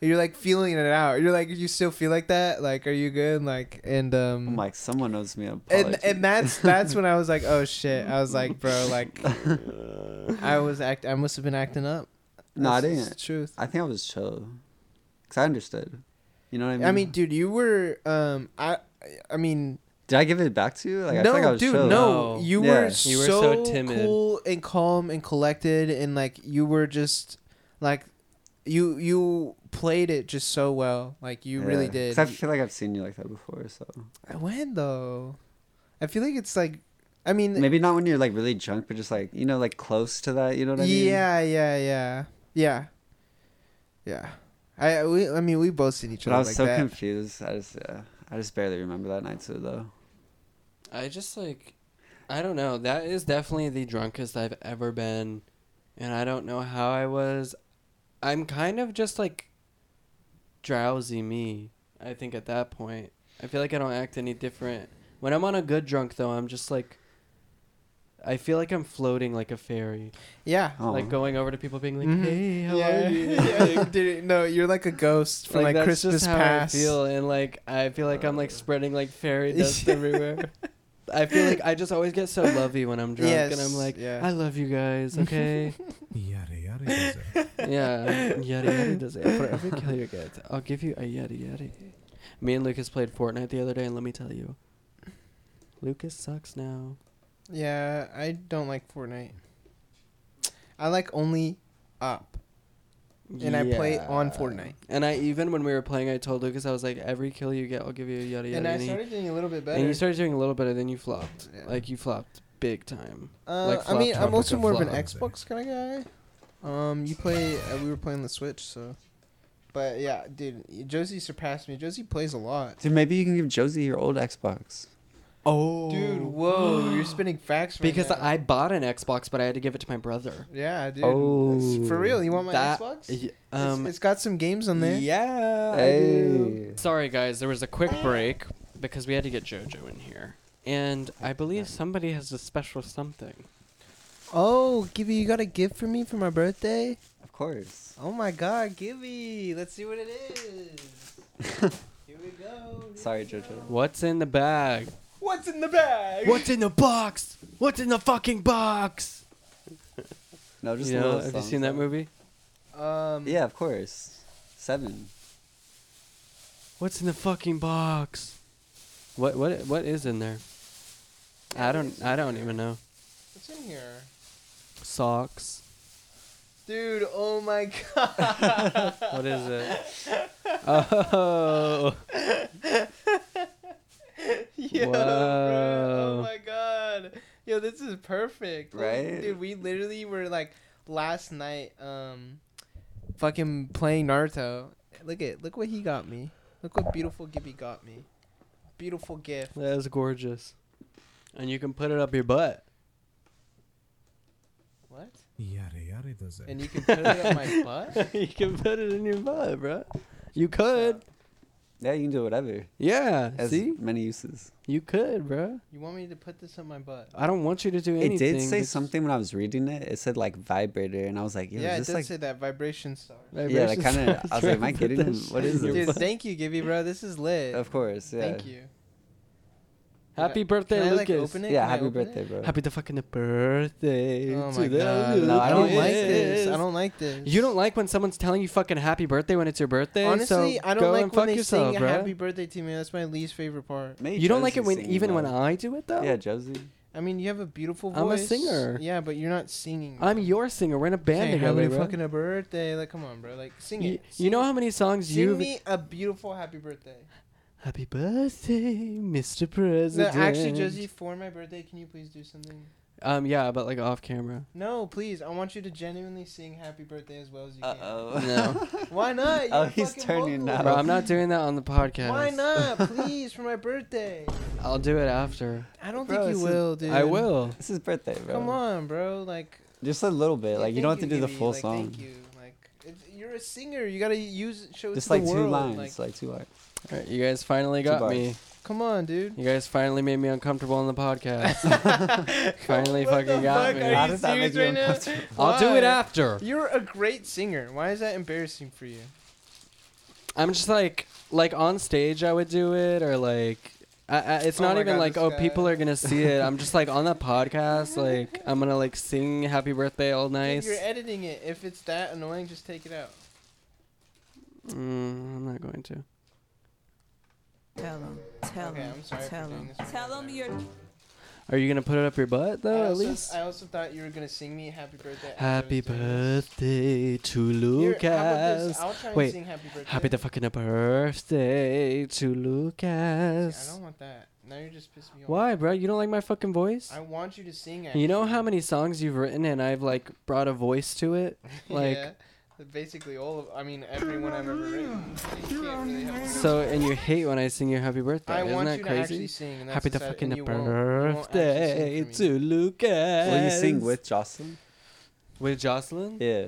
B: You're like feeling it out. You're like, you still feel like that? Like, are you good? Like, and um,
C: I'm like, someone owes me an apology.
B: and and
C: (laughs)
B: that's that's when I was like, oh shit. I was like, bro, like, I was act. I must have been acting up.
C: no,
B: (laughs)
C: I
B: That's just
C: didn't.
B: The truth.
C: I think I was chill, cause I understood. You know what I mean?
B: I mean, dude, you were. Um, I. I mean,
C: did I give it back to you? Like, I
B: no,
C: feel like I was
B: dude,
C: chill.
B: no.
A: No.
B: You
C: Yeah.
B: were so,
A: You were so timid.
B: cool and calm and collected, and like you were just like, you you played it just so well. Like you really
C: Yeah.
B: did.
C: 'Cause I feel like I've seen you like that before. So
B: when though, I feel like it's like, I mean,
C: maybe not when you're like really drunk, but just like you know, like close to that. You know what I mean?
B: yeah, yeah, yeah, yeah, yeah. I I- we, I mean, we both seen each
C: But
B: other
C: I was
B: like
C: so
B: that.
C: confused. I just, yeah, I just barely remember that night too, though.
A: I just like, I don't know. That is definitely the drunkest I've ever been, and I don't know how I was. I'm kind of just like drowsy me. I think at that point, I feel like I don't act any different. When I'm on a good drunk though, I'm just like. I feel like I'm floating like a fairy,
B: yeah.
C: Oh.
A: like going over to people being like,
B: Mhm.
A: "Hey, how
B: yeah.
A: are you?"
B: (laughs) yeah, dude, no, you're like a ghost from like,
A: that's
B: Christmas
A: just how
B: past.
A: I feel, and like I feel like I'm like spreading like
B: (laughs)
A: fairy dust everywhere. I feel like I just always get so lovey when I'm drunk, and
B: Yes,
A: I'm like,
B: yeah.
A: I love you guys,
B: (laughs)
A: okay?
E: Yada yada yada.
A: yeah, yada yada does it. For every kill you get, I'll give you a yada yada. Me and Lucas played Fortnite the other day, and let me tell you, Lucas sucks now.
B: Yeah, I don't like Fortnite. I like only up. And I play on Fortnite.
A: And I even when we were playing, I told Lucas I was like, every kill you get, I'll give you a yada yada.
B: and I
A: he-
B: started getting a little bit better.
A: and you started doing a little better, then you flopped.
B: Yeah.
A: Like you flopped big time.
B: uh,
A: like
B: I mean,
A: flop
B: I'm
E: top
B: also
E: of
B: more of an
A: flop.
B: Xbox kind of guy. Um, you play. Uh, we were playing the Switch, so. But yeah, dude, Josie surpassed me. Josie plays a lot.
C: Dude, maybe you can give Josie your old Xbox.
A: Oh,
B: Dude, whoa, you're spinning facts right
A: Because
B: now.
A: I bought an Xbox, but I had to give it to my brother.
B: Yeah, dude.
C: Oh.
B: It's- For real, you want my Xbox? It's-
A: y- Um,
B: it's got some games on there.
A: yeah. I do.
C: Hey.
A: Sorry, guys. There was a quick break because we had to get JoJo in here, and I believe somebody has a special something.
B: Oh, Gibby, you got a gift for me for my birthday?
A: (laughs)
C: Of course.
B: Oh my God, Gibby! Let's see what it is. Here we go. here
C: Sorry,
B: we go.
C: Jojo.
A: What's in the bag?
B: What's in the bag?
A: What's in the box? What's in the fucking box?
C: No, just
A: You
C: a
A: know,
C: little
A: have you
C: song,
A: seen that
C: so-
A: movie?
B: Um.
C: Yeah, of course. Seven.
A: What's in the fucking box? What what what is in there? I don't I don't even know.
B: What's in here,
A: Socks.
B: dude? Oh my (laughs) God.
A: What is it?
B: (laughs)
A: Oh.
B: Yo, bro.
A: Wow.
B: Oh my God. Yo, this is perfect. Like,
C: Right?
B: dude, we literally were like last night, um, fucking playing Naruto. Look at look what he got me. Look what beautiful Gibby got me. Beautiful gift.
A: That is gorgeous. And you can put it up your
C: (laughs)
A: butt.
B: What?
E: Yada yada does it.
B: And you can put it on
C: (laughs)
B: my butt.
A: you can put it in your butt, bro. You could.
C: Yeah, you can do whatever.
A: Yeah.
C: Has
A: See?
C: many uses.
A: You could, bro.
B: You want me to put this on my butt?
A: I don't want you to do anything.
C: it did say
A: but- (laughs)
C: something when I was reading it. It said like vibrator, and I was like, Yo,
B: yeah,
C: yeah,
B: it does
C: is this like
B: say that vibration star.
C: Yeah, that
A: Vibrations
C: kinda- I was like, am I
A: Put
C: getting
A: that
C: him?
A: shit
C: What is
A: in your
C: it?
B: Dude,
A: butt.
B: thank you, Gibby, bro. This is lit.
C: Of course, yeah.
B: Thank you.
A: Happy birthday,
B: Can I, like,
A: Lucas.
B: open it?
C: Yeah,
B: Can I
C: happy
B: open it?
C: birthday, bro.
A: Happy the fucking birthday.
B: Oh
A: to
B: my
A: them,
B: god. No, I don't like this. I
A: Lucas.
B: don't like this.
A: You don't like when someone's telling you fucking happy birthday when it's your birthday.
B: Honestly,
A: so
B: I
A: go
B: don't like
A: and
B: when
A: fuck
B: they
A: yourself,
B: sing
A: bruh.
B: "Happy Birthday" to me. That's my least favorite part.
C: Maybe
A: You don't like it
C: Josie
A: when
C: singing,
A: even when
C: though.
A: I do it though.
C: Yeah, Josie.
B: I mean, you have a beautiful voice.
A: I'm a singer.
B: Yeah, but you're not singing.
A: I'm
B: bro.
A: your singer. We're in a band
B: Saying,
A: together,
B: Happy
A: bro.
B: fucking a birthday! Like, come on, bro. Like, sing
A: Y-
B: it.
A: you,
B: Sing
A: know
B: it.
A: how many songs
B: Sing
A: you've
B: me a beautiful happy birthday.
A: Happy birthday, Mr.
B: No,
A: President.
B: actually, Josie, for my birthday, can you please do something?
A: Um, yeah, but like off
B: (laughs)
A: camera.
B: No, please. I want you to genuinely sing happy birthday as well as you
C: Uh
B: can.
C: oh.
A: No.
B: Why not? You're
C: (laughs) Oh,
B: a
C: he's
B: fucking
C: turning
B: vocalist.
C: now.
A: Bro, I'm not doing that on the podcast.
B: Why
C: (laughs)
B: not? Please, for my birthday.
A: I'll do it after.
B: I don't
C: Bro,
B: think
C: this
B: you
C: is-
B: will, dude.
A: I will.
C: (laughs) This is birthday, bro.
B: Come on, bro. Like,
C: Just a little bit.
B: Yeah,
C: like
B: thank
C: you don't have to do the
B: Gibby.
C: full
B: Like,
C: song.
B: Thank you. Like it's, you're a singer. You gotta use show it
C: Just
B: to
C: like
B: the
C: two
B: world.
C: lines,
B: Like,
C: like two lines.
A: All right, you guys finally
C: Two
A: got
C: bars.
A: me.
B: come on, dude.
A: You guys finally made me uncomfortable on the
B: (laughs)
A: podcast. finally
B: What
A: fucking
B: the
A: got
B: fuck?
A: me.
B: Are
C: How
B: you
C: did that make
B: serious
C: you
B: right now?
A: (laughs)
C: uncomfortable?
A: I'll do
B: Why?
A: it after.
B: You're a great singer. Why is that embarrassing for you?
A: I'm just like like on stage I would do it or like I, I, it's
B: Oh
A: not
B: my
A: even
B: God,
A: like
B: this
A: oh
B: guy.
A: people are gonna see it. I'm just like on that
B: (laughs)
A: podcast like I'm gonna like sing happy birthday all nice.
B: You're editing it. If it's that annoying, just take it out.
A: Mm, I'm not going to.
F: Tell him. Tell
B: Okay,
F: him.
B: I'm sorry for
F: Tell
B: doing
F: him.
B: this right
F: Tell
B: now.
F: him you're.
A: Are you gonna put it up your butt though?
B: I
A: Oh, at
B: also,
A: least.
B: I also thought you were gonna sing me happy birthday.
A: Happy
B: birthday,
A: birthday to
B: Lucas.
A: Lucas.
B: I'll try and
A: Wait,
B: sing happy birthday.
A: Happy the fucking birthday to
B: I
A: Lucas.
B: don't want that. Now you're just pissing me off.
A: Why, bro? You don't like my fucking voice?
B: I want you to sing. Actually.
A: You know
B: (laughs)
A: how many songs you've written and I've like brought a voice to it? Like
B: yeah, basically all of. I mean, everyone I've ever written. You can't really have-
A: so and you hate when I sing your happy birthday.
B: I
A: Isn't
B: want
A: that
B: you to actually
A: crazy?
B: sing. And that's
A: Happy
B: the
A: the
B: sad-
A: fucking
B: and you won't- you won't actually
A: birthday
B: sing for me.
A: to Lucas.
C: Will you sing with Jocelyn?
A: with Jocelyn?
C: Yeah.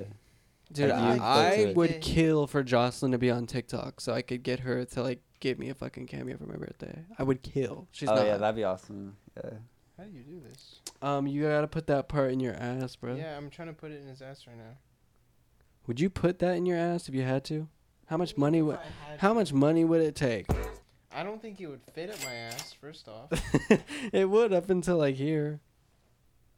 A: Dude,
C: I think that's
A: I, I
C: it.
A: would kill for Jocelyn to be on TikTok so I could get her to like give me a fucking cameo for my birthday. I would kill. She's
C: oh
A: not.
C: yeah, that'd be awesome. Yeah.
B: How do you do this?
A: um, you gotta put that part in your ass, bro.
B: Yeah, I'm trying to put it in his ass right now.
A: Would you put that in your ass if you had to? How much money would?
B: I had
A: How
B: to.
A: much money would it take? (laughs)
B: I don't think it would fit up my ass. First off.
A: it would up until like here,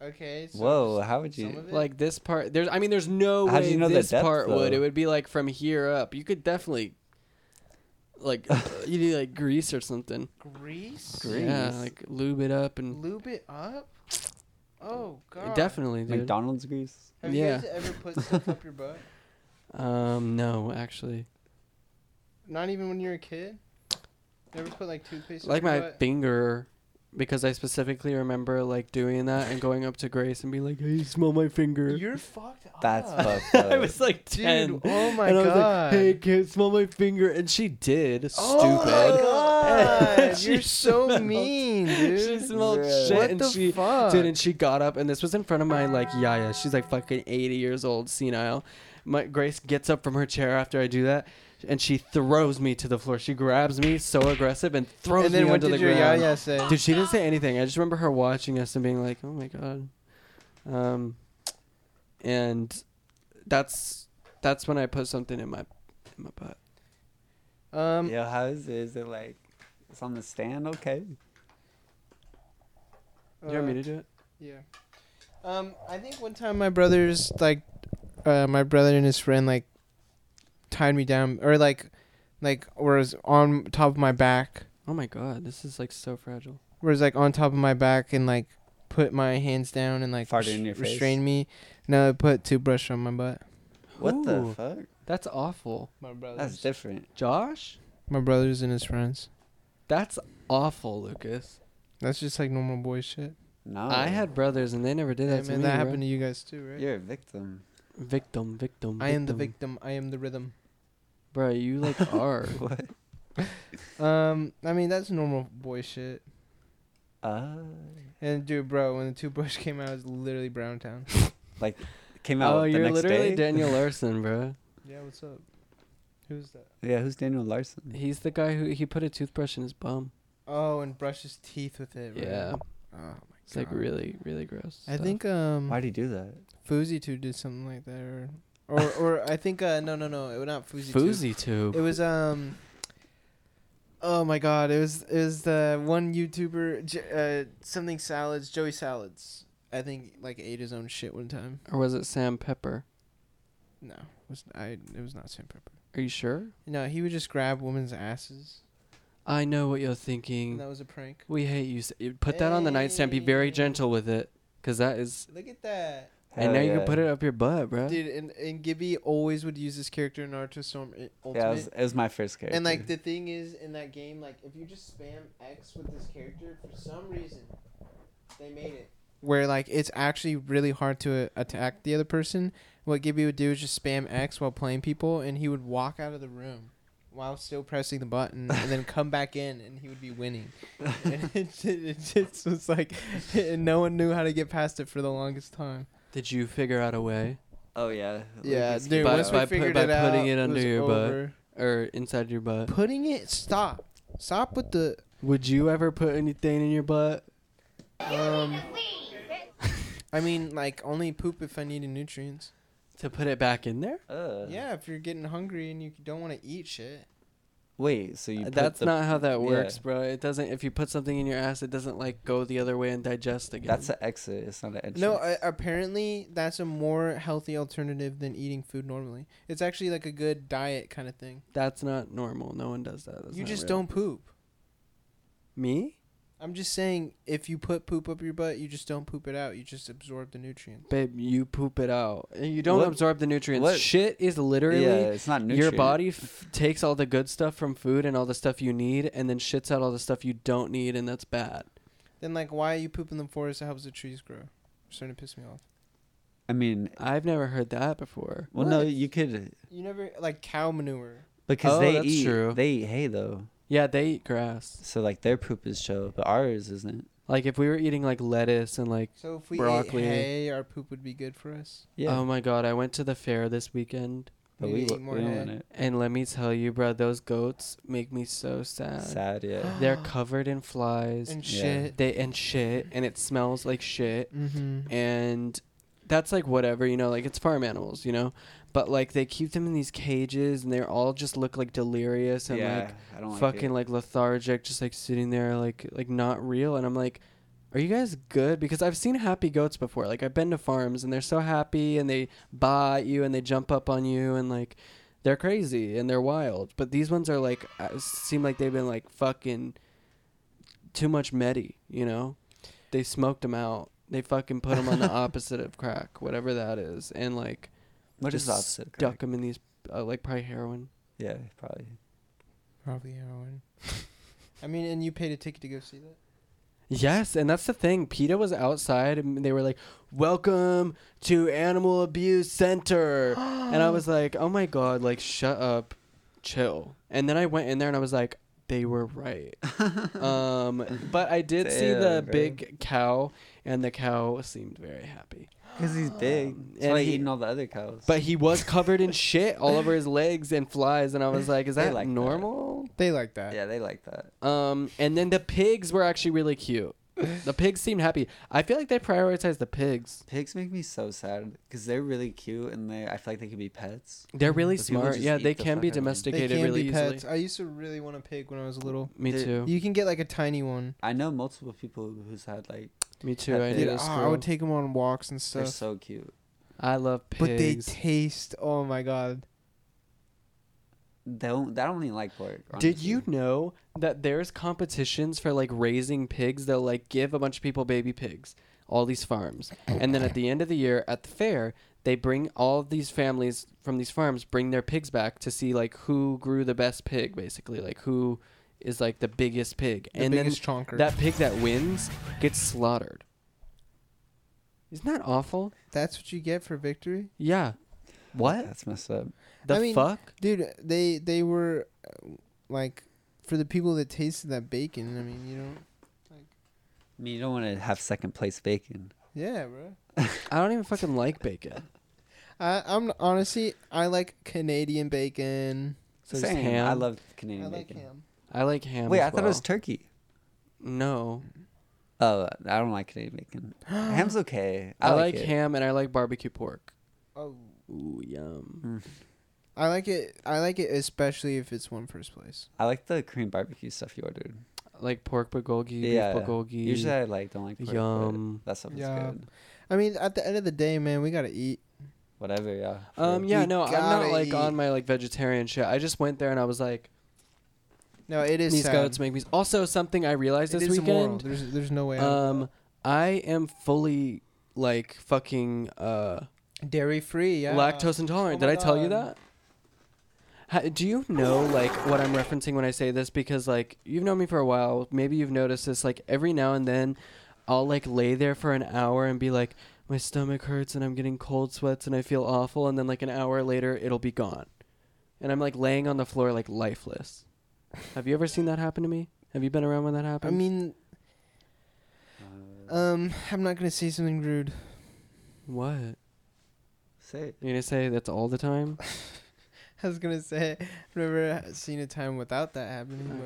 B: Okay. So
C: Whoa,
B: just
C: how would
B: some
C: you-
B: of it?
A: like this part. There's, I mean, there's no
C: How do
A: way
C: you know the
A: this
C: depth,
A: part would.
C: though?
A: It would be like from here up. You could definitely,
C: (laughs)
A: like, you do like grease or something.
B: grease?
C: Grease.
A: Yeah, like lube it up and
B: Lube it up. Oh god.
A: definitely, dude.
C: McDonald's grease?
B: Have you
A: yeah.
B: guys ever put stuff up
A: (laughs)
B: your butt?
A: Um, no, actually,
B: Not even when you were a kid. Never put like toothpaste.
A: like
B: up your
A: my
B: butt?
A: finger, because I specifically remember like doing that and going up to Grace and be like, "Hey, smell my finger."
B: You're fucked up.
C: That's fucked up.
A: (laughs) Ah. I was like
B: Dude,
A: ten.
B: oh my
A: and I was
B: god.
A: like, "Hey, kid, smell my finger," and she did.
B: Oh my
A: stupid. (laughs)
B: god.
A: She
B: You're so
A: smelled- (laughs)
B: mean,
A: She
B: dude.
A: smelled
C: Yeah.
A: shit,
B: What
A: and
B: the
A: she
B: fuck? Ah.
A: did, and she got up, and this was in front of my like yaya. She's like fucking eighty years old, senile. My Grace gets up from her chair after I do that, and she throws me to the floor. She grabs me so aggressive and throws
B: And then
A: me
B: what
A: onto
B: did
A: the
B: your
A: ground.
B: yaya say?
A: Dude, she didn't say anything. I just remember her watching us and being like, "Oh my god," um, and that's that's when I put something in my in my butt.
B: Um,
C: Yo, how is it? Is it like it's on the stand? Okay.
A: Do you want me
B: uh,
A: to do it?
B: Yeah. Um, I think one time my brother's like, uh, my brother and his friend like, tied me down or like, like was on top of my back,
A: Oh my god, this is like so fragile.
B: was like on top of my back and like put my hands down and like
C: Farted in your face?
B: restrained me. No, I put toothbrush on my butt.
C: What
A: Ooh.
C: the fuck?
A: That's awful,
B: My brother's.
C: That's different.
A: Josh.
B: my brothers and his friends.
A: That's awful, Lucas.
B: That's just like normal boy shit.
C: No.
A: I had brothers and they never did that
B: Oh. Hey,
A: to
B: man,
A: me.
B: that
A: bro.
B: happened to you guys too, right?
C: You're a victim.
A: Victim, victim.
B: I am the victim. I am the rhythm.
A: bro. You
B: (laughs)
A: like are.
C: What?
B: Um, I mean that's normal boy shit.
C: Uh,
B: And dude, bro, when the toothbrush (laughs) came out, it was literally Brown Town.
C: came out
A: Oh,
C: the
A: you're
C: next
A: literally
C: day.
B: (laughs)
A: Daniel Larson, bro.
B: yeah, what's up? Who's that?
C: (laughs) yeah, who's Daniel Larson?
A: He's the guy who he put a toothbrush in his bum.
B: Oh, and brush his teeth with it. Right?
A: Yeah,
B: Oh my
A: it's like
B: God.
A: really, really gross.
B: I
A: stuff.
B: think um,
C: Why'd he do that?
B: Foozy Two did something like that, or or,
A: (laughs)
B: or I think uh, no no no, it was not Foozy. Two.
A: Foozy tube.
B: It was um. Oh my God! It was it was the one YouTuber, J- uh, something salads, Joey Salads. I think like ate his own shit one time.
A: or was it Sam Pepper?
B: No, it was I? It was not Sam Pepper.
A: Are you sure?
B: No, he would just grab women's asses,
A: I know what you're
B: and
A: thinking.
B: that was a prank.
A: We hate you. s- you Put that on the nightstand. Be very
B: Hey.
A: gentle with it, cause that is.
B: Look at that.
A: and
C: Hell
A: now you
C: yeah.
A: can put it up your butt, bro.
B: Dude, and, and Gibby always would use this character in Naruto Storm I- Ultimate.
C: Yeah, it was, it was my first character.
B: and like the thing is in that game, like if you just spam X with this character, for some reason, they made it where like it's actually really hard to uh, attack the other person. What Gibby would do is just spam X while playing people, and he would walk out of the room while still pressing the button, and then
C: (laughs)
B: come back in, and he would be winning. (laughs) and it, ju- it just was like, (laughs) and no one knew how to get past it for the longest time.
A: Did you figure out a way,
C: oh yeah,
B: Yeah,
C: Lucas
B: dude.
C: came
A: By-
B: once
C: out.
B: we
A: by put-
B: figured
A: by
B: it out,
A: putting it
B: was
A: under your butt.
B: over.
A: or inside your butt?
B: Putting it. Stop. Stop with the.
A: Would you ever put anything in your butt?
B: Um. (laughs) I mean, like only poop if I needed nutrients.
A: To put it back in there?
C: Ugh.
B: Yeah, if you're getting hungry and you don't want to eat shit.
C: Wait, so you put
A: Uh, That's
C: the-
A: not how that
C: yeah.
A: works, bro. It doesn't. If you put something in your ass, it doesn't like go the other way and digest again.
C: That's an exit. It's not an entrance.
B: No, uh, apparently that's a more healthy alternative than eating food normally. It's actually like a good diet kind of thing.
A: That's not normal. No one does that. That's
B: you
A: not
B: just
A: real.
B: don't poop.
A: Me,
B: I'm just saying, if you put poop up your butt, you just don't poop it out. You just absorb the nutrients.
A: babe. You poop it out. And You don't
C: What-
A: absorb the nutrients.
C: what-
A: Shit is literally.
C: yeah, it's not nutrient.
A: Your body f- takes all the good stuff from food and all the stuff you need, and then shits out all the stuff you don't need, and that's bad.
B: Then, like, why are you pooping in the forest that helps the trees grow? It's starting to piss me off.
C: I mean,
A: I've never heard that before.
C: well, no, you could
B: You never like cow manure.
C: because
A: Oh,
C: they
A: that's
C: eat.
A: true.
C: They eat hay though,
A: Yeah, they eat grass.
C: so like their poop is show, but ours isn't.
A: Like if we were eating like lettuce and like
B: So if we
A: Broccoli.
B: ate hay, our poop would be good for us.
C: Yeah,
A: oh my god, I went to the fair this weekend
C: but
B: maybe
C: we
B: eat
C: wa-
B: more
C: we don't
B: hay.
C: want it.
A: and let me tell you, bro, those goats make me so sad. (gasps)
C: Sad, yeah.
A: They're covered in flies.
B: And
C: Yeah.
B: shit.
A: they and shit and it smells like shit
B: Mm-hmm.
A: and that's like whatever, you know, like it's farm animals, you know. But like they keep them in these cages and they're all just look like
C: (gasps)
A: delirious and like
C: I don't
A: fucking like lethargic, just like sitting there, like like not real. And I'm like, are you guys good? Because I've seen happy goats before. Like I've been to farms and they're so happy and they baa at you and they jump up on you and like they're crazy and they're wild. But these ones are like uh, seem like they've been like fucking too much medi, you know? They smoked them out. They fucking put them on
C: (laughs)
A: the opposite of crack, whatever that is, and like
C: What is
A: just
C: the opposite? of
A: stuck
C: crack?
A: them in these uh, like probably heroin.
C: Yeah, probably.
B: Probably heroin. I mean, and you paid a ticket to go see that.
A: Yes, and that's the thing. PETA was outside and they were like, Welcome to Animal Abuse
C: (gasps)
A: Center. and I was like, Oh my God, like, shut up, chill. And then I went in there and I was like, They were
C: (laughs)
A: right. um, but I did see the
C: Damn, bro.
A: big cow, and the cow seemed very happy.
C: Because (gasps) he's big. That's
A: and
C: why
A: he-
C: he, eating all the other cows.
A: But he was covered in shit all over his legs and flies. And I was like, Is
C: They
A: that
C: like that.
A: normal?
B: They like that.
C: yeah, they like that.
A: Um, and then the pigs were actually really cute. The pigs seemed happy. I feel like they prioritized the pigs.
C: Pigs make me so sad because they're really cute and they. I feel like they could be pets.
A: They're really
C: But people
A: smart.
C: just
A: Yeah,
C: eat
A: they
C: the
A: can be
C: fuck out
B: They
C: of them.
A: domesticated
B: can
A: really
B: be pets.
A: easily.
B: I used to really want a pig when I was little.
A: Me
C: They-
A: too.
B: You can get like a tiny one.
C: I know multiple people who's had like
A: Me too.
C: have
A: I
C: It
B: Dude,
A: did.
C: pigs.
A: at
B: oh,
A: school.
B: I would take them on walks and
C: they're
B: stuff.
C: so cute.
A: I love
B: but they
A: pigs.
B: taste. Oh my god.
C: They don't. They don't even like pork.
A: did you
C: honestly.
A: know that there's competitions for like raising pigs? They'll like give a bunch of people baby pigs, all these farms, and then at the end of the year at the fair, they bring all of these families from these farms bring their pigs back to see like who grew the best pig, basically like who is like the biggest pig,
B: The
A: and then
B: biggest chonker. (laughs)
A: that pig that wins gets slaughtered. Isn't that awful?
B: That's what you get for victory,
A: Yeah. What
C: That's messed up.
A: the
B: I mean-
A: fuck?
B: dude. They they were uh, like for the people that tasted that bacon. I mean, you know.
C: I mean, you don't want to have second place bacon.
B: Yeah, bro.
A: I don't even fucking like bacon.
B: I, I'm honestly I like Canadian bacon.
A: So just
C: Same.
A: ham.
C: I love Canadian
B: I like
C: bacon.
B: ham.
A: I like ham.
C: Wait,
A: as
C: I thought it was
A: well.
C: turkey.
A: no.
C: Oh, I don't like Canadian
A: (gasps)
C: bacon. Ham's okay.
A: I,
C: I,
A: like,
C: it.
A: ham and I like barbecue pork.
B: Oh,
A: Ooh, yum.
B: I like it. I like it especially if it's one first place.
C: I like the Korean barbecue stuff you ordered.
A: Like pork bulgogi,
C: Yeah.
A: beef bulgogi.
C: Usually I like don't like pork,
A: Yum.
C: But that stuff
B: Yeah.
C: is good.
B: I mean, at the end of the day, man, we gotta eat.
C: Whatever. Yeah.
A: um
C: Fruit.
A: yeah,
B: You
A: no, I'm
B: gotta
A: not like on
B: eat.
A: my like vegetarian shit. I just went there and I was like
B: No, it is
A: these
B: sad.
A: goats make me also something I realized
B: It
A: this
B: is immoral.
A: weekend.
B: There's there's no way.
A: Um I am fully like fucking uh
B: dairy free. Yeah.
A: lactose intolerant.
B: Oh my
A: Did I tell you
B: God.
A: that? Ha do you know like what I'm referencing when I say this? Because like you've known me for a while, maybe you've noticed this. Like every now and then, I'll like lay there for an hour and be like, my stomach hurts and I'm getting cold sweats and I feel awful, and then like an hour later, it'll be gone, and I'm like laying on the floor like lifeless. Have you ever seen that happen to me? Have you been around when that
B: I
A: happens?
B: mean,
C: Uh,
A: uh,
B: um, I'm not gonna say something rude. (laughs)
A: what?
C: Say it.
A: You're gonna say that's all the time?
B: I was gonna say I've never seen a time without that happening.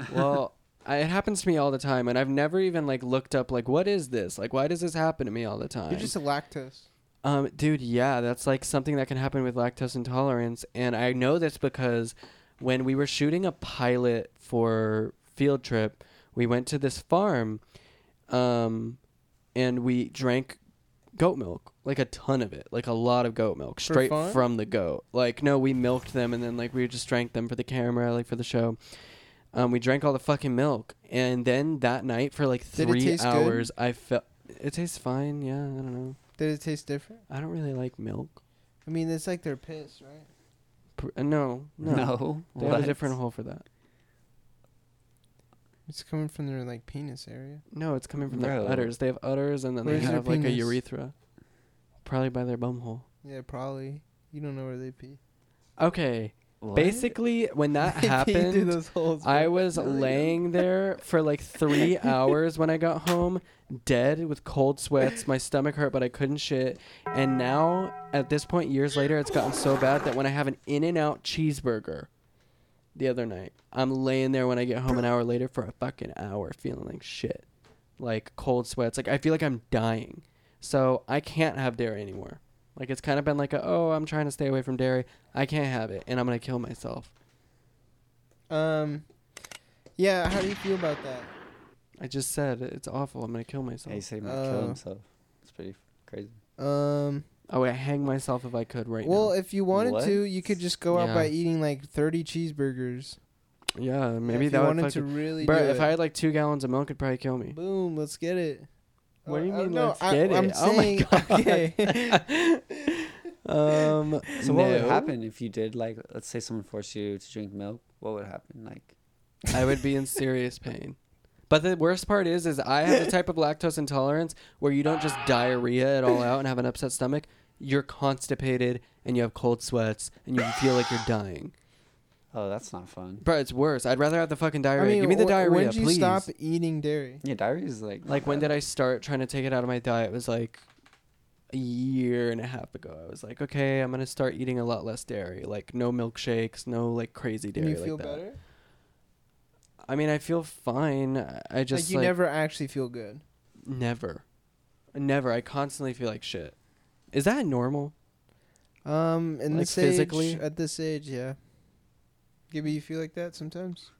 A: Okay. well, I, it happens to me all the time, and I've never even like looked up like what is this? Like, why does this happen to me all the
B: But
A: time?
B: you're just a lactose.
A: um, dude, yeah, that's like something that can happen with lactose intolerance, and I know that's because when we were shooting a pilot for field trip, we went to this farm, um, and we drank goat milk, like a ton of it, like a lot of goat milk, straight
B: fun?
A: from the goat. Like no, we milked them, and then like we just drank them for the camera, like for the show. Um, we drank all the fucking milk, and then that night for like
B: Did it
A: three
B: taste good?
A: hours, I felt it tastes fine. Yeah, I don't know.
B: Did it taste different?
A: I don't really like milk.
B: I mean, it's like their piss, right?
A: Pr- uh, No, no,
C: No.
A: They have
C: What?
A: a different hole for that.
B: It's coming from their like penis area.
A: No, it's coming from their
C: Bro.
A: udders. They have udders, and then
B: Where's
A: they
B: their
A: have like a
B: penis?
A: urethra, probably by their bum hole.
B: Yeah, probably. You don't know where they pee.
A: Okay,
C: What?
A: basically when
C: (laughs)
A: that
B: (laughs) They pee through
A: happened,
B: those holes.
A: I
B: bro.
A: was
B: No, they don't.
A: laying there for like three hours when I got home, dead with cold sweats. My stomach hurt, but I couldn't shit. And now, at this point, years later, it's gotten so bad that when I have an In and Out cheeseburger the other night, I'm laying there when I get home an hour later for a fucking hour feeling like shit. Like cold sweats. Like I feel like I'm dying. So I can't have dairy anymore. Like it's kind of been like a, oh, I'm trying to stay away from dairy. I can't have it, and I'm gonna kill myself.
B: Um, yeah. How do you feel about that?
A: I just said it's awful. I'm gonna kill myself.
C: Yeah, he said he might kill
B: Uh,
C: himself. It's pretty f- crazy.
B: Um,
A: Oh, I would hang myself if I could right
B: well,
A: now.
B: if you wanted
C: What?
B: to, you could just go out
A: Yeah.
B: by eating like 30 cheeseburgers.
A: Yeah, maybe
B: if
A: that
B: you
A: would
B: wanted to
A: fucking.
B: really
A: Bro,
B: do
A: if
B: it.
A: I had like two gallons of milk, it'd probably kill me.
B: boom, let's get it.
A: What do you
B: Uh, I
A: mean?
B: don't know,
A: let's
B: I-
A: get
B: I'm
A: it. oh my
B: saying-
A: (laughs) god.
B: okay.
A: (laughs) um.
C: So what would
A: no.
C: happen if you did like let's say someone forced you to drink milk? What would happen? Like
A: I would be in serious pain. But the worst part is, is I have the type of lactose intolerance where you don't just diarrhea it all out and have an upset stomach. You're constipated and you have cold sweats and you feel like you're dying.
C: oh that's not fun.
A: Bro, it's worse. I'd rather have the fucking diarrhea.
B: I mean,
A: Give me the
B: wh-
A: diarrhea,
B: When did you
A: please.
B: stop eating dairy?
C: Yeah, diarrhea is like
A: Like when did I start trying to take it out of my diet? It was like a year and a half ago. I was like, okay, I'm gonna start eating a lot less dairy. Like no milkshakes, no like crazy
B: And
A: dairy
B: you
A: like
B: feel
A: that.
B: better?
A: I mean, I feel fine. I- I just
B: like you never actually feel good.
A: Never. Never. I constantly feel like shit. Is that normal?
B: Um, in
A: Like
B: this age,
A: physically?
B: at this age, yeah. Gibby, you feel like that sometimes?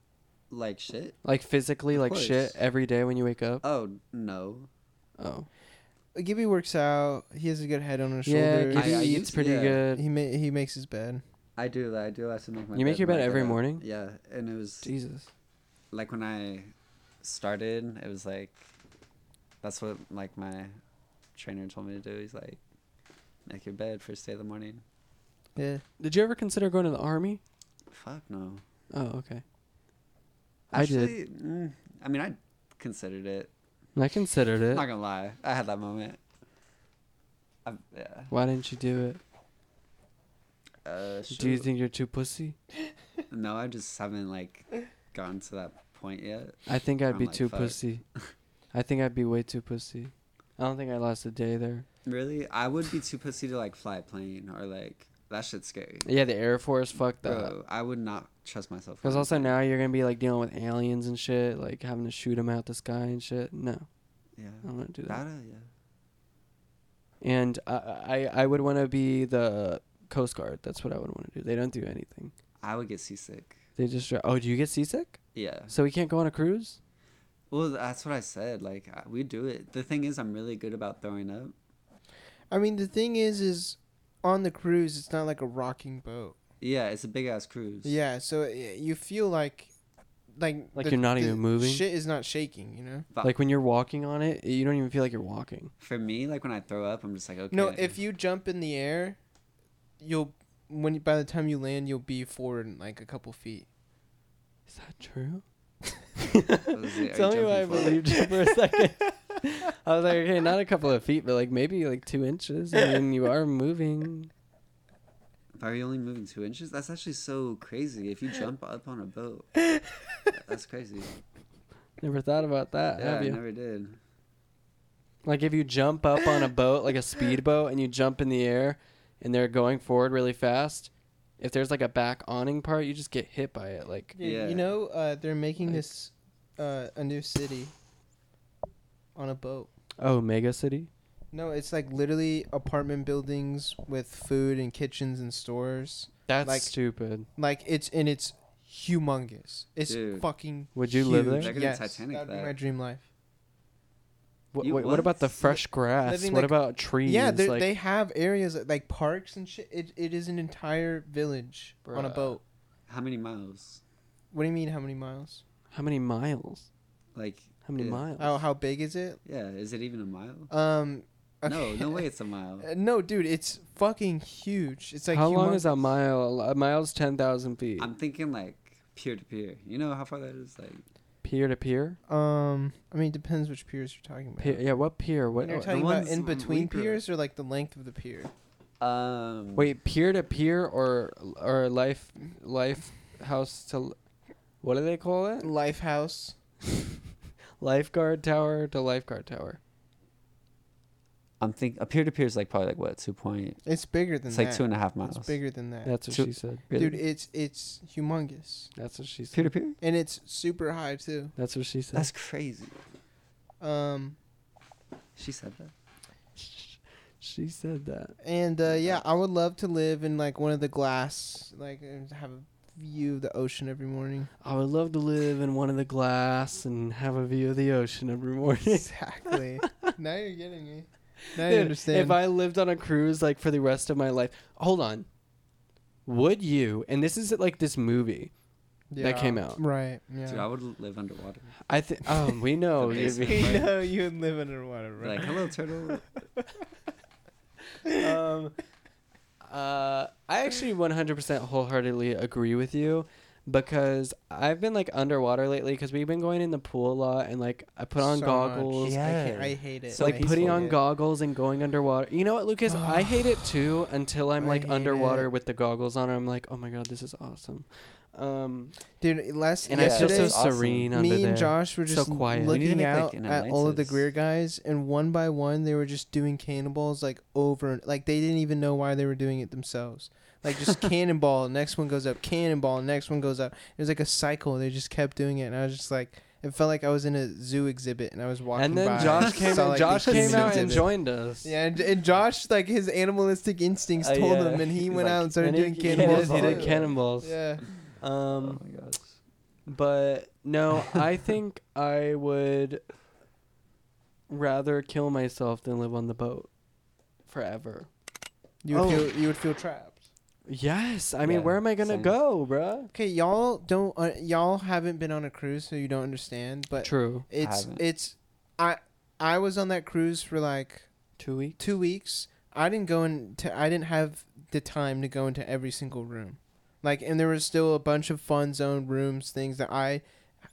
C: like shit?
A: Like physically,
C: Of
A: like shit
C: course.
A: every day when you wake up?
C: Oh no.
A: Oh.
B: Uh, Gibby works out. He has a good head on his
A: Yeah,
B: shoulders.
A: Gibby
C: I- I
A: eats
C: used-
A: pretty
C: yeah.
A: good.
B: he ma- he makes his bed.
C: I do that. I do have to make my
A: You make your
C: when
A: bed
C: I get
A: every
C: up.
A: morning?
C: Yeah. And it was
A: Jesus.
C: like when I started, it was like that's what like my trainer told me to do. He's like make your bed first day of the morning.
B: Yeah.
A: Did you ever consider going to the army?
C: Fuck no.
A: Oh, okay. I did.
C: Actually, mm, I mean I considered it.
A: I considered
C: I'm
A: it.
C: not gonna lie. I had that moment. I, yeah.
A: Why didn't you do it?
C: Uh,
A: Do you
C: shoot.
A: think you're too pussy?
C: No, I just haven't like gone to that point yet.
A: I think I'd
C: I'm
A: be
C: like,
A: too
C: fuck.
A: (laughs) pussy. I think I'd be way too pussy. I don't think I lost a day there.
C: Really, I would be too pussy to like fly a plane or like that shit's scary.
A: Yeah, the Air Force fucked that.
C: Bro, I would not trust myself.
A: Because
C: flying a
A: also
C: plane.
A: now you're gonna be like dealing with aliens and shit, like having to shoot them out the sky and shit. No, I
C: yeah,
A: don't want to do that.
C: that, uh, yeah.
A: And I, I, I would want to be the Coast Guard. That's what I would want to do. They don't do anything.
C: I would get seasick.
A: They just dri- oh, do you get seasick?
C: Yeah.
A: So we can't go on a cruise?
C: Well, that's what I said. Like I, we do it. The thing is, I'm really good about throwing up.
B: I mean, the thing is, is on the cruise, it's not like a rocking boat.
C: Yeah, it's a big ass cruise.
B: Yeah, so uh, you feel like, like
A: Like you're not even moving?
B: Shit is not shaking, you know.
C: But
A: Like when you're walking on it, you don't even feel like you're walking.
C: for me, like when I throw up, I'm just like, okay.
B: No, if you jump in the air, you'll when by the time you land, you'll be forward like a couple feet.
A: Is that true?
C: (laughs) I was like, are you
A: Tell me why I
C: jumping forward?
A: believed you for a second. I was like, okay, not a couple of feet, but like maybe like two inches. I mean, you are moving.
C: Are you only moving two inches? That's actually so crazy. If you jump up on
A: (laughs)
C: a boat, that's crazy.
A: Never thought about that,
C: Yeah,
A: have
C: I
A: you?
C: never did.
A: Like if you jump up on a boat, like a speedboat, and you jump in the air, and they're going forward really fast. If there's like a back awning part, you just get hit by it. Like
B: Dude,
C: Yeah.
B: You know, uh, they're making
A: Like-
B: this uh, a new city on a boat.
A: oh, mega city.
B: No, it's like literally apartment buildings with food and kitchens and stores.
A: That's
B: Like-
A: stupid.
B: Like it's and it's humongous. It's
C: Dude.
B: fucking.
A: Would you live
B: huge.
A: there?
C: Bigger than
B: Yes,
C: Titanic,
B: That'd be
C: that.
B: my dream life.
A: What,
C: You
A: what,
C: what?
A: about the fresh grass?
B: Living
A: What
B: like-
A: about trees?
B: yeah, they
A: like,
B: they have areas that- like parks and shit. It, it is an entire village on a
A: Bruh.
B: boat.
C: How many miles?
B: What do you mean? How many miles?
A: how many miles?
C: Like
A: How many
C: it-
A: miles?
B: Oh, how big is it?
C: Yeah, is it even a mile?
B: Um.
C: No,
B: okay.
C: no
A: (laughs)
C: way, it's a mile.
B: Uh, no, dude, it's fucking huge. It's like
A: how long is a
B: humongous.
A: mile? A mile's ten thousand feet.
C: I'm thinking like peer to peer. You know how far that is? Like
A: Pier to pier.
B: Um, I mean, it depends which piers you're talking about.
A: Pier- Yeah, what pier? What? uh,
B: When you're
A: what-
B: talking about
C: ones
B: in between
C: we grew-
B: piers or like the length of the pier.
C: um.
A: Wait, peer to peer or or life life house to what do they call it? (laughs)
B: Lifehouse.
A: Lifeguard tower to lifeguard tower.
C: I'm think a peer to peer is like probably like what two point?
B: It's bigger than
C: It's
B: that.
C: like two and a half miles.
B: It's bigger than that.
A: That's what
C: So-
A: she said.
B: Dude, it's it's humongous.
A: That's what she said.
C: Peer to peer.
B: And it's super high too.
A: That's what she said.
C: That's crazy.
B: Um
C: She said that.
A: she said that.
B: and uh yeah, I would love to live in like one of the glass like and have a view of the ocean every morning.
A: I would love to live in one of the glass and have a view of the ocean every
B: (laughs)
A: morning.
B: Exactly. now you're getting me. Now
A: Dude,
B: you understand.
A: If I lived on a cruise like for the rest of my life, hold on. Would you? And this is like this movie that came out.
B: Right. Yeah.
C: Dude, I would l- live underwater.
A: I think. Oh, we
B: (laughs)
A: know.
C: Okay.
A: you- (laughs)
C: would-
B: we know you would live underwater,
C: Be
B: right?
C: Like
B: (laughs)
C: hello turtle.
A: um, uh, I actually 100% wholeheartedly agree with you because I've been like underwater lately because we've been going in the pool a lot and like I put on
B: So
A: goggles.
B: much. I, can't-
C: Yeah.
B: I hate it.
C: So,
A: like
B: I
C: peaceful.
A: putting
B: hate
A: on
B: it.
A: goggles and going underwater. You know what, Lucas? I hate it too until I'm
B: I
A: like
B: hate
A: underwater
B: it.
A: with the goggles on. I'm like, oh my god, this is awesome. Um,
B: dude. Last
A: and
C: Yeah.
A: I feel
B: yesterday,
A: so
C: It's awesome.
A: serene
B: me
A: under
B: and
A: there.
B: Josh were
A: So
B: just
A: quiet. We
C: need to
B: looking
C: make, like,
B: out
C: an
B: at all of the
C: Atlantis.
B: Greer guys, and one by one, they were just doing cannonballs like over, and like they didn't even know why they were doing it themselves. Like
A: (laughs)
B: just cannonball, next one goes up, cannonball, next one goes up. It was like a cycle. They just kept doing it, and I was just like, it felt like I was in a zoo exhibit, and I was walking.
A: and then
B: by,
A: Josh came.
B: (laughs) saw, like,
A: Josh
B: the
A: came
B: zoo
A: out and
B: exhibit.
A: joined us.
B: Yeah, and, and Josh, like his animalistic instincts,
C: Uh,
B: told
C: yeah.
B: him, and he
C: He's
B: went
C: like-
B: out and started
A: And
B: doing
A: he,
B: (laughs) cannonballs.
A: He did
B: too.
C: Yeah.
A: cannonballs.
B: Yeah,
A: Um,
C: oh my gosh.
A: but no,
C: (laughs)
A: I think I would rather kill myself than live on the boat forever.
B: you would
A: Oh.
B: feel you would feel trapped.
A: Yes, I mean,
C: Yeah,
A: where am I gonna
C: same.
A: go, bruh?
B: Okay, y'all don't uh, y'all haven't been on a cruise, so you don't understand. But
A: True.
B: it's
C: haven't.
B: it's I I was on that cruise for like
A: Two weeks.
B: two weeks. I didn't go into I didn't have the time to go into every single room, like and there was still a bunch of fun zone rooms things that I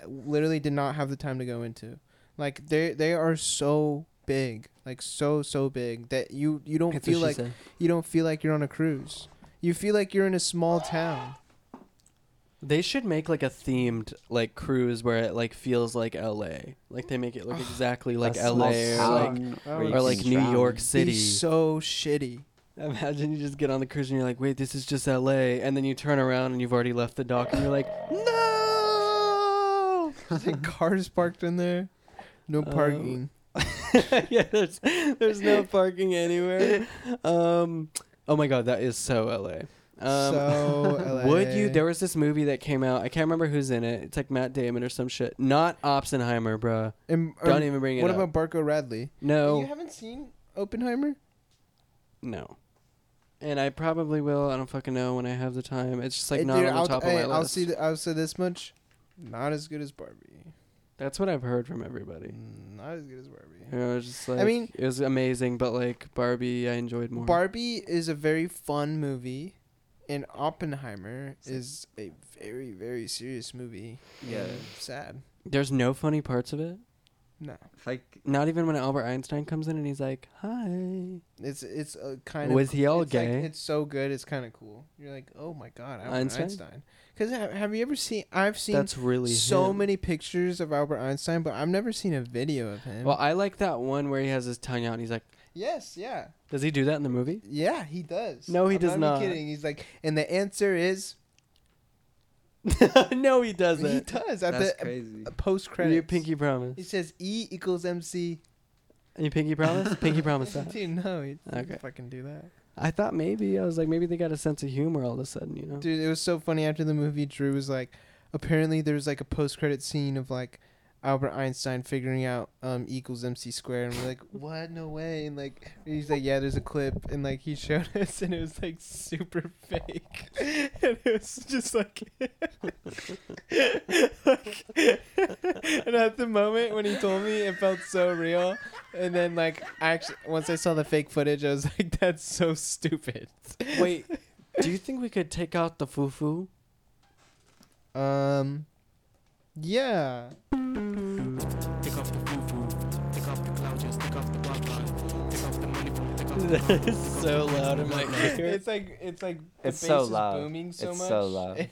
B: literally did not have the time to go into. Like they they are so big, like so so big that you you don't feel like you don't feel like you're on a cruise. You feel like you're in a small town.
A: They should make like a themed like cruise where it like feels like L.A. Like they make it look exactly like
C: A small
A: L.A. or like
C: town
B: or
C: where you
A: or like
C: can
A: New
C: drown.
A: York
B: Be
A: City.
B: so shitty.
A: Imagine you just get on the cruise and you're like, wait, this is just L.A. And then you turn around and you've already left the dock and you're like,
B: (laughs)
A: no. (laughs)
B: cars parked in there. No
A: Um,
B: parking.
A: yeah, there's there's no parking anywhere. Um, oh my god, that is so L.A. Um,
B: so
A: (laughs)
B: LA.
A: Would you? There was this movie that came out. I can't remember who's in it. It's like Matt Damon or some shit. Not Oppenheimer, bruh.
B: Am- are-
A: Don't even bring it
B: um, what
A: up.
B: about Barco Radley? You
A: no,
B: haven't seen Oppenheimer?
A: no. And I probably will. I don't fucking know when I have the time. It's just like not on the
B: Uh, I'll,
A: top
B: hey,
A: of my
B: I'll
A: list.
B: see. th- I'll say this much: not as good as Barbie.
A: That's what I've heard from everybody.
B: Not as good as Barbie.
A: You know, it's just like,
B: mean-
A: it was amazing, but like Barbie, I enjoyed more.
B: Barbie is a very fun movie, and Oppenheimer
C: like-
B: is a very very serious movie.
C: Yeah,
B: and sad.
A: There's no funny parts of it.
B: No,
C: it's like
A: Not even when Albert Einstein comes in and he's like, "Hi."
B: it's it's a kind of
A: Was he all
B: it's like-
A: gay?
B: it's so good. It's kind of cool. You're like, oh my god, Albert
A: Einstein?
B: Einstein. Because have you ever seen? I've seen
A: That's really
B: so
A: him.
B: many pictures of Albert Einstein, but I've never seen a video of him.
A: Well, I like that one where he has his tongue out and he's like,
B: yes, yeah,
A: "Does he do that in the movie?"
B: yeah, he does.
A: No, he
B: I'm
A: does
B: even
A: not.
B: Kidding. He's like, and the answer is
A: (laughs) (laughs) no, he doesn't.
B: he does at
C: that's
B: the
C: crazy.
B: post
A: Your
B: credit.
A: pinky promise.
B: He says E
A: (laughs)
B: equals MC.
A: Your pinky (laughs) promise? pinky promise that.
B: Dude, no, he doesn't
A: Okay.
B: fucking do that.
A: I thought maybe. I was like, maybe they got a sense of humor all of a sudden, you know?
B: Dude, it was so funny after the movie. Drew was like, apparently there's like a post credit scene of like Albert Einstein figuring out um equals MC square and we're like, What? No way and like he's like, Yeah, there's a clip and like he showed (laughs) us and it was like super fake. (laughs) and it was just like, (laughs) And at the moment when he told me it felt so real and then like I actually once I saw the fake footage I was like, That's so stupid.
A: Wait, do you think we could take out the (laughs) fufu?
B: Um Yeah.
A: That's so loud in (laughs) my ear.
B: (laughs) It's like it's like the
C: It's
B: bass
C: so
B: is
C: loud.
B: booming so
C: It's
B: much.
C: so
B: (laughs)
C: loud.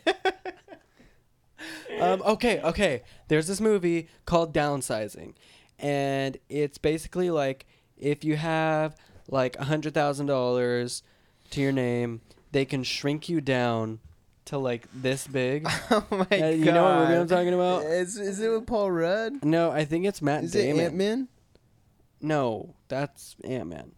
A: Um, okay, okay. There's this movie called Downsizing, and it's basically like if you have like a hundred thousand dollars to your name, they can shrink you down to like this big.
B: (laughs) oh my
A: Uh,
B: god!
A: you know what movie I'm talking about?
B: Is is it with Paul Rudd?
A: No, I think it's Matt
B: Is it
A: Damon.
B: Ant Man?
A: no, that's Ant Man.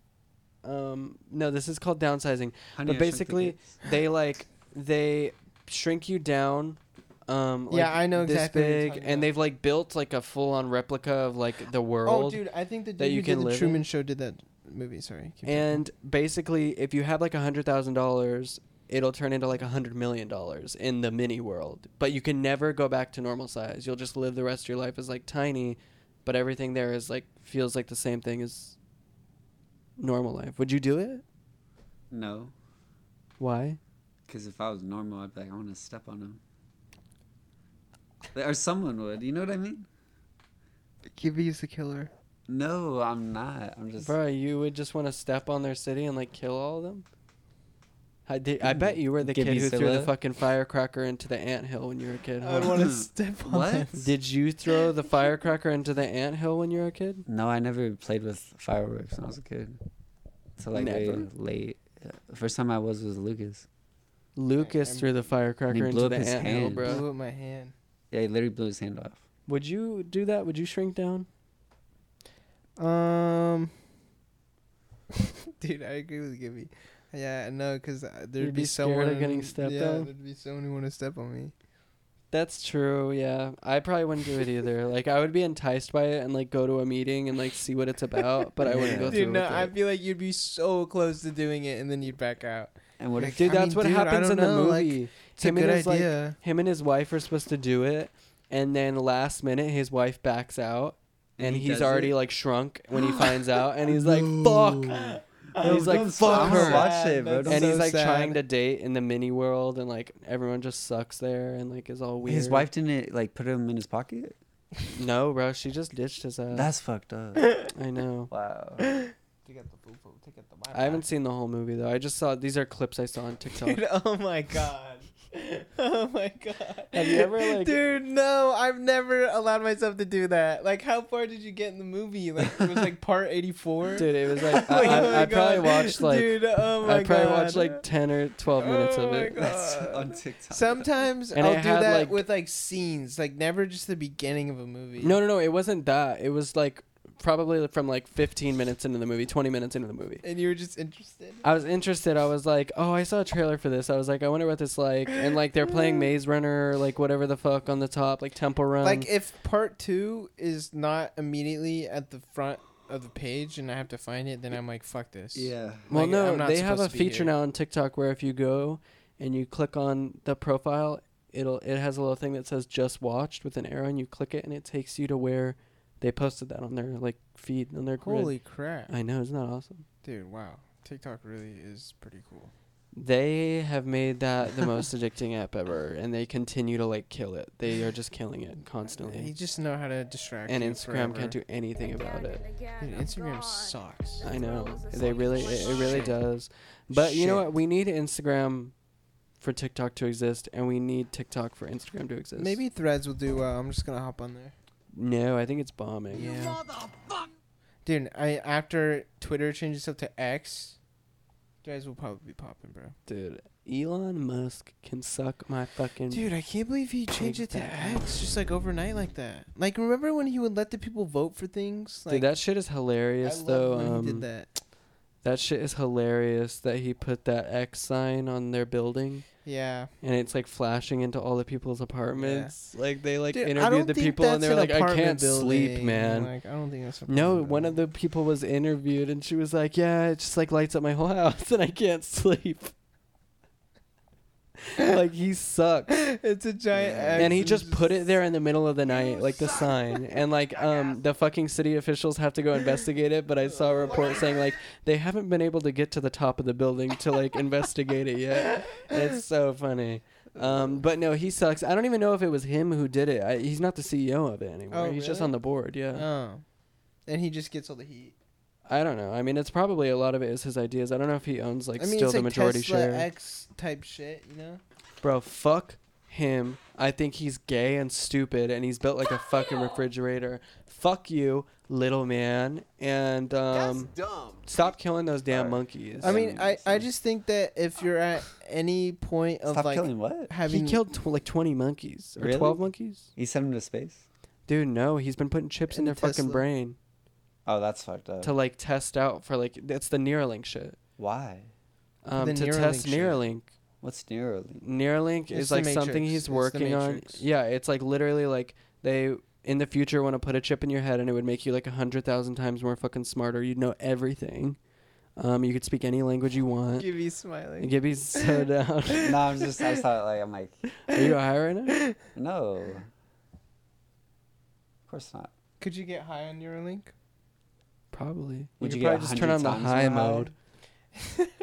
A: Um, no, this is called Downsizing.
C: Honey,
A: but
C: I Shrunk the
A: basically,
C: Kids.
A: they like they shrink you down. Um,
B: Yeah,
A: like,
B: I know
A: this
B: exactly what you're
A: big,
B: talking
A: and
B: about.
A: they've like built like a full-on replica of like the world.
B: Oh, dude, I think the
A: that
B: dude
A: you
B: who
A: can
B: did
A: live
B: the
A: in?
B: Truman Show did that movie. Sorry. Keep
A: And basically, if you have like a hundred thousand dollars, it'll turn into like a hundred million dollars in the mini world. But you can never go back to normal size. You'll just live the rest of your life as like tiny, but everything there is like feels like the same thing as normal life. Would you do it?
C: no,
A: Why?
C: because if I was normal, I'd be like, I want to step on him. Or someone would. You know what I mean?
B: Gibby's the killer.
C: No, I'm not. I'm just.
A: Bro, you would just want to step on their city and like kill all of them. I, did, I bet you were the kid
C: Gibby
A: who threw the
C: Silla?
A: fucking firecracker into the anthill when you were a kid.
B: I
C: (laughs)
A: huh? (laughs)
B: want to step on
C: What?
B: that.
A: Did you throw
B: (laughs)
A: the firecracker into the anthill when you were a kid?
C: No, I never played with fireworks when I was a kid. So like way
A: Never.
C: late. The first time I was was Lucas.
A: Lucas
B: I'm-
A: threw the firecracker into
C: blew up
A: the
C: his
A: anthill,
C: hand.
A: bro.
B: Blew up my hand.
C: Yeah, he literally blew his hand off.
A: Would you do that? Would you shrink down?
B: Um. (laughs) dude, I agree with Gibby. Yeah, no, because there'd
A: You'd be
B: be,
A: scared of
B: someone
A: getting stepped
B: yeah,
A: on?
B: There'd be someone who want to step on me.
A: That's true. Yeah, I probably wouldn't do it
C: (laughs)
A: either. like I would be enticed by it and like go to a meeting and like see what it's about, but I wouldn't go
C: Yeah.
A: through
B: Dude, no,
A: with
B: I
A: it.
B: feel like you'd be so close to doing it, and then you'd back out.
C: And what
B: Like,
C: if
A: Dude,
B: I mean,
A: that's what
B: dude, I
A: happens in
B: don't
A: the
B: know, like,
A: movie.
B: It's a
A: Him and
B: good
A: his, like,
B: idea.
A: him and his wife are supposed to do it and then last minute his wife backs out
C: And
A: and
C: he
A: he's
C: does
A: already
C: it?
A: like shrunk when
B: (gasps)
A: he finds out and he's like fuck and he's like
C: I'm so-
A: fuck
C: I'm gonna
A: her
C: watch it, bro.
A: and
C: so
A: he's like trying to date in the mini world and like everyone just sucks there and like is all weird
C: his wife didn't like put him in his pocket?
A: no bro she just ditched his ass
C: That's
A: (laughs)
C: fucked up.
A: i
B: (laughs)
A: know
C: wow.
A: i haven't seen the whole movie though i just saw these are clips i saw on tiktok
B: (laughs) Dude, oh my god. (laughs) Oh my god.
A: Have you ever, like-
B: Dude, no, I've never allowed myself to do that. Like how far did you get in the movie? Like it was like part
A: (laughs)
B: 84.
A: dude it was like
B: (laughs) Oh
A: i,
B: my
A: I, I probably
B: God.
A: watched like
B: Dude, oh my
A: i probably
B: god.
A: watched like 10 or 12 minutes
B: Oh
A: of
B: my
A: it
B: God.
C: That's on TikTok.
B: Sometimes
A: And
B: I'll
A: it
B: do
A: had,
B: that
A: like-
B: with like scenes, like never just the beginning of a movie.
A: No, no, no. It wasn't that. It was like probably from like 15 minutes into the movie, 20 minutes into the movie.
B: And you were just interested.
A: I was interested. I was like, oh, I saw a trailer for this. I was like, I wonder what this like. And like they're
B: (laughs)
A: playing Maze Runner, like whatever the fuck on the top, like Temple Run.
B: like if part 2 is not immediately at the front of the page and I have to find it, then I'm like fuck this.
C: Yeah.
A: well,
B: like,
A: no,
B: I'm not
A: they have a
B: supposed to be
A: feature
B: here.
A: now on TikTok where if you go and you click on the profile, it'll it has a little thing that says just watched with an arrow, and you click it, and it takes you to where they posted that on their like feed on their grid.
B: Holy crap.
A: I know, isn't that awesome?
B: Dude, wow. TikTok really is pretty cool.
A: They have made that the most addicting app ever, and they continue to like kill it. They are just killing it
B: You
A: constantly,
B: just know how to distract.
A: and
B: you
A: Instagram
B: forever.
A: can't do anything about it.
B: Dude, Instagram sucks.
A: I know they really, it, it really
B: Shit.
A: does. But you know what?
B: Shit.
A: We need Instagram for TikTok to exist, and we need TikTok for Instagram to exist.
B: Maybe Threads will do well. I'm just gonna hop on there.
A: no, I think it's bombing.
B: Dude, I after Twitter changes up to X, Threads will probably be popping, bro.
A: dude. Elon Musk can suck my fucking.
B: Dude, I can't believe he changed it to
A: Exactly.
B: X just like overnight like that. Like, remember when he would let the people vote for things?
A: Dude,
B: Like
A: that shit is
B: I
A: hilarious
B: loved
A: though.
B: when he
A: Um,
B: did that.
A: That shit is hilarious that he put that X sign on their building
B: Yeah.
A: and it's like flashing into all the people's apartments. Like they like
B: Dude, I don't
A: interviewed the
B: think
A: people and
B: that's
A: they're
B: an
A: like, I
B: apartment
A: can't sleep,
B: building.
A: man.
B: Like, I don't think that's. an
A: no,
B: apartment
A: one of the people was interviewed and she was like, Yeah, it just like lights up my whole (laughs) house and I can't sleep. (laughs) like he sucks.
B: building. (laughs) it's a giant.
C: Yeah.
B: X
A: and he just put it there in the middle of the night, like the sign, and like um the fucking city officials have to go investigate it. But I saw a report saying like they haven't been able to get to the top of the building to like investigate it yet. It's so funny. Um, but no, he sucks. I don't even know if it was him who did it. I, he's not the CEO of it anymore.
B: Oh,
A: he's just
B: really?
A: on the board. Yeah.
B: Oh. And he just gets all the heat.
A: I don't know. I mean, it's probably a lot of it is his ideas. I don't know if he owns like
B: I mean,
A: still
B: it's
A: the
B: like
A: majority
B: Tesla
A: share.
B: X type shit, you know.
A: Bro, fuck him. I think he's gay and stupid, and he's built like a fucking refrigerator. Fuck you, little man, and um,
D: That's dumb.
A: stop killing those damn
C: Alright.
A: monkeys.
B: I mean, I, I
C: Yeah.
B: just think that if you're at any point of
C: Stop
B: like
C: killing what?
B: having
A: he killed tw- like twenty monkeys or
C: Really?
A: twelve monkeys.
C: You sent him to space?
A: Dude, no, he's been putting chips in
B: In
A: their
B: a
A: fucking
B: Tesla.
A: brain
C: Oh, that's fucked up.
A: to like test out for like that's the Neuralink shit.
C: Why?
A: Um,
B: The
A: to
B: Neuralink
A: test
B: shit.
A: Neuralink.
C: What's Neuralink?
A: Neuralink
B: It's
A: is
B: the
A: like something
B: Matrix. It's
A: he's
B: the
A: working on.
B: Matrix.
A: Yeah, it's like literally like they in the future want to put a chip in your head and it would make you like a hundred thousand times more fucking smarter. You'd know everything. Um, you could speak any language you want.
B: Gibby smiling.
A: Gibby's
B: (laughs)
A: so down.
C: no, I'm just, I thought, like, I'm like,
A: Are you high right now?
C: no. Of course not.
B: Could you get high on Neuralink?
A: Probably.
C: Would
A: could
C: you get
A: probably just turn
C: 100
A: on the
C: times
A: high
C: more high?
A: mode?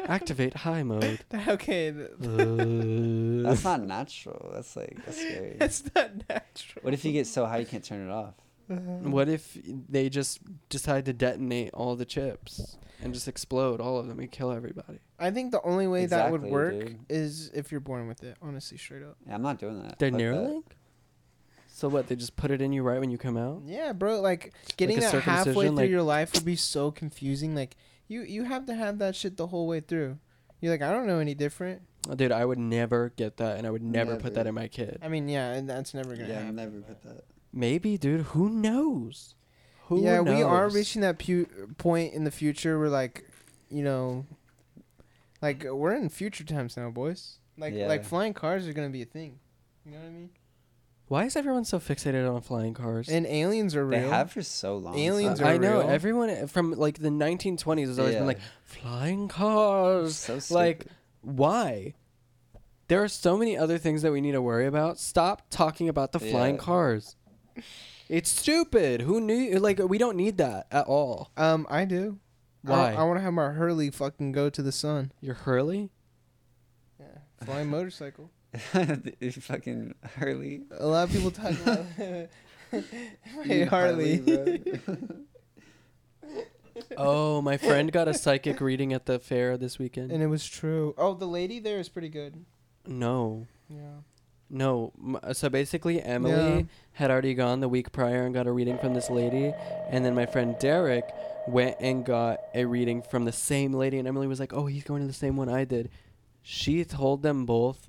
A: Activate high mode.
B: (laughs) Okay, th-
A: Uh,
C: That's not natural. That's like, that's scary.
B: (laughs) that's not natural.
C: What if you get so high you can't turn it off?
B: Uh,
A: what if they just decide to detonate all the chips and just explode all of them and kill everybody?
B: I think the only way that
C: Exactly,
B: would work
C: dude.
B: is if you're born with it. Honestly, straight up.
C: Yeah, I'm not doing that.
A: They're
C: Fuck that.
A: Neuralink? So what? They just put it in you right when you come out?
B: Yeah, bro. Like getting
A: a
B: that halfway
A: circumcision,
B: through
A: like-
B: your life would be so confusing. Like you, you have to have that shit the whole way through. You're like, I don't know any different.
A: Oh, Dude, I would never get that, and I would never, put that
C: Never.
A: in my kid.
B: I mean, yeah, and that's never gonna
C: Yeah, I've
B: happen.
C: never put that.
A: Maybe, dude. Who knows? Who
B: yeah, we are
A: knows?
B: reaching that pu- point in the future where, like, you know, like we're in future times now, boys. Like,
C: Yeah.
B: like flying cars are gonna be a thing. You know what I mean?
A: Why is everyone so fixated on flying cars?
B: And aliens are
C: They
B: real.
C: have for so long.
B: Aliens
C: so
B: are
A: I know
B: real.
A: everyone from like the 1920s has always
C: Yeah.
A: been like flying cars.
C: So stupid.
A: like, why? There are so many other things that we need to worry about. Stop talking about the flying
C: Yeah.
A: cars. It's stupid. Who knew? Like, we don't need that at all.
B: Um, I do.
A: Why?
B: I, want to have my Hurley fucking go to the sun.
A: You're Hurley?
B: (laughs) Yeah,
A: (laughs)
B: flying motorcycle.
C: (laughs) You fucking Harley.
B: A lot of people talk about.
A: (laughs)
B: hey,
C: You
B: Harley.
C: bro.
A: Oh, my friend got a psychic reading at the fair this weekend.
B: and it was true. Oh, the lady there is pretty good.
A: no,
B: Yeah.
A: no. M- uh, So basically, Emily
B: Yeah.
A: had already gone the week prior and got a reading from this lady, and then my friend Derek went and got a reading from the same lady, and Emily was like, "Oh, he's going to the same one I did." She told them both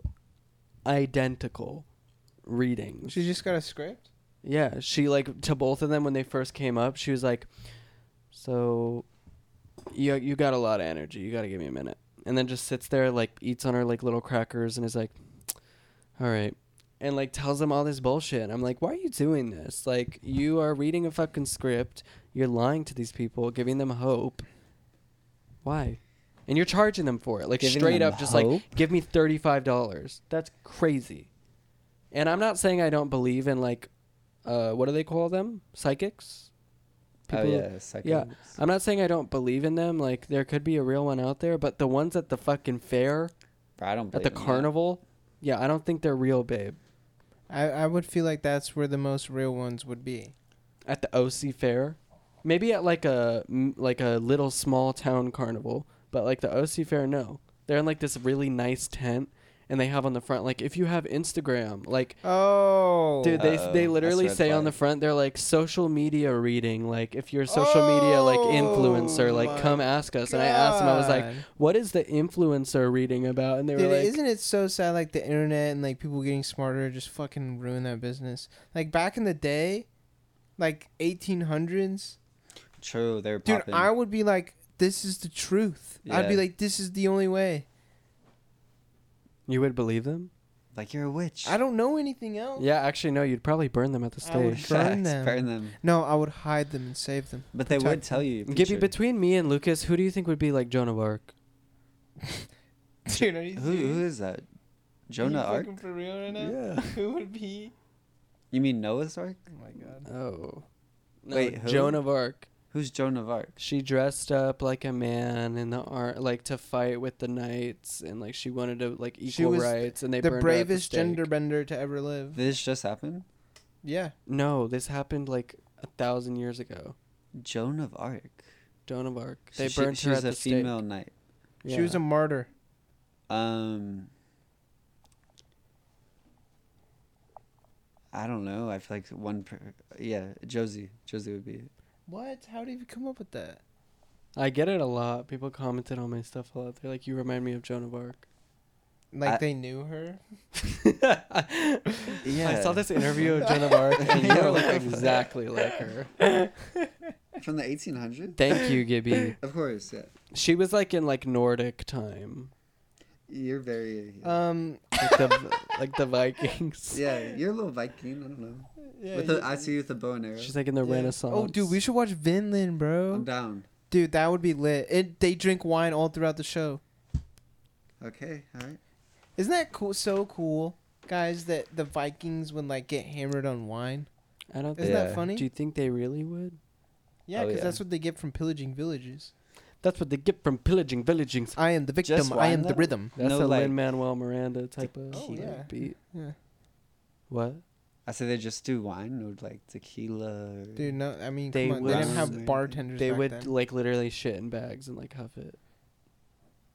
A: identical readings.
B: She just got a script.
A: Yeah, she like to both of them when they first came up. She was like, "So, you you got a lot of energy. You got to give me a minute." And then just sits there like eats on her like little crackers and is like, "All right," and like tells them all this bullshit. And I'm like, "Why are you doing this? Like, you are reading a fucking script. You're lying to these people, giving them hope. Why?" And you're charging them for it, like
C: Giving
A: straight
C: them
A: up, just
C: hope?
A: like give me thirty five dollars. That's crazy. And I'm not saying I don't believe in like uh, what do they call them? Psychics?
C: (laughs) oh,
A: People-
C: yeah, psychics.
A: yeah. I'm not saying I don't believe in them. Like, there could be a real one out there, but the ones at the fucking fair,
C: Bro, I don't
A: at
C: believe
A: the
C: in that.
A: carnival, yeah, I don't think they're real, babe.
B: I, I would feel like that's where the most real ones would be.
A: At the OC fair, maybe at like a m- like a little small town carnival, but like the OC fair, no, they're in like this really nice tent, and they have on the front like if you have Instagram, like
B: Oh,
A: Dude, they,
C: Uh-oh.
A: they
C: That's
A: literally
C: red
A: say on the
C: flag.
A: front they're like social media reading, like if you're a social media like influencer,
B: Oh
A: like
B: my
A: come ask us. And I asked them, I was like,
B: God.
A: what is the influencer reading about? And they were
B: Dude,
A: like,
B: isn't it so sad? Like the internet and like people getting smarter just fucking ruin that business. Like back in the day, like eighteen hundreds,
C: True, they're
B: dude,
C: popping.
B: I would be like this is the truth. I'd be
C: Yeah.
B: like, this is the only way.
A: You would believe them?
C: Like you're a witch. (laughs)
B: I don't know anything else.
A: Yeah, actually, no. You'd probably burn them at the
B: I would
C: (laughs)
A: stake.
B: burn
C: Facts,
B: them.
C: Burn them.
B: No, I would hide them and save them.
C: But they would
B: Protect
C: tell you.
A: Gibby,
C: future.
A: between me and Lucas, who do you think would be like Joan of Arc?
B: (laughs) Dude, are you
C: Who, who is that? Jonah Ark?
B: for real right
C: Yeah.
B: Who would be?
C: You mean Noah's Ark?
B: Oh my god.
A: Oh.
C: Wait, who?
A: Joan of Arc.
C: Who's Joan of Arc?
A: She dressed up like a man in the ar like to fight with the knights, and like she wanted to like
B: She
A: equal
B: was
A: rights, and they
B: the
A: burned
B: bravest
A: her at the stake.
B: genderbender to ever live.
C: This just happened.
B: Yeah.
A: No, this happened like a thousand years ago.
C: Joan of Arc.
A: Joan of Arc.
C: So
A: They
C: she,
A: burned
C: she
A: her
C: was
A: at
C: a
A: the stake.
C: female knight.
B: She was a martyr.
C: Um. I don't know. I feel like one. Per- yeah, Josie. Josie would be. it.
B: What? How did you come up with that?
A: I get it a lot. People commented on my stuff a lot. They're like, "You remind me of Joan of Arc."
B: Like
C: I-
B: they knew her.
C: Yeah.
A: I saw this interview of
B: (laughs)
A: Joan of Arc, and you
C: Yeah,
A: look
C: what the fuck?
A: exactly like her.
C: (laughs) from the 1800s.
A: Thank you, Gibby.
C: Of course. Yeah.
A: She was like in like Nordic time,
C: You're very.
A: Uh,
B: Um.
A: like the (laughs) like the Vikings.
C: yeah, you're a little Viking. I don't know.
B: Yeah,
C: with
B: you-
C: the, I see you with the bow and arrow.
A: She's like in the
B: yeah.
A: Renaissance.
B: Oh, dude, we should watch Vinland,
C: I'm
B: bro.
C: down.
B: Dude, that would be lit. It, they drink wine all throughout the show.
C: Okay. All right.
B: Isn't that cool? So cool, guys. That the Vikings would like get hammered on wine.
A: I don't. think,
B: Isn't that funny?
A: Do you think they really would?
B: Yeah,
C: Oh,
B: because
C: yeah.
B: that's what they get from pillaging villages.
A: That's what they get from pillaging villagings.
B: I am the victim.
C: Just
B: I am
C: wine,
B: the
C: though?
B: rhythm.
A: That's
C: No,
A: a
C: like-
A: Lin Manuel Miranda type of
B: Oh, yeah.
A: beat.
B: Yeah.
A: What?
C: I say they just do wine, no like tequila. Or...
B: Dude, no, I mean,
A: They
B: come on, they didn't
A: would-
B: have bartenders.
A: they
B: back
A: would
B: then.
A: like literally shit in bags and like huff it.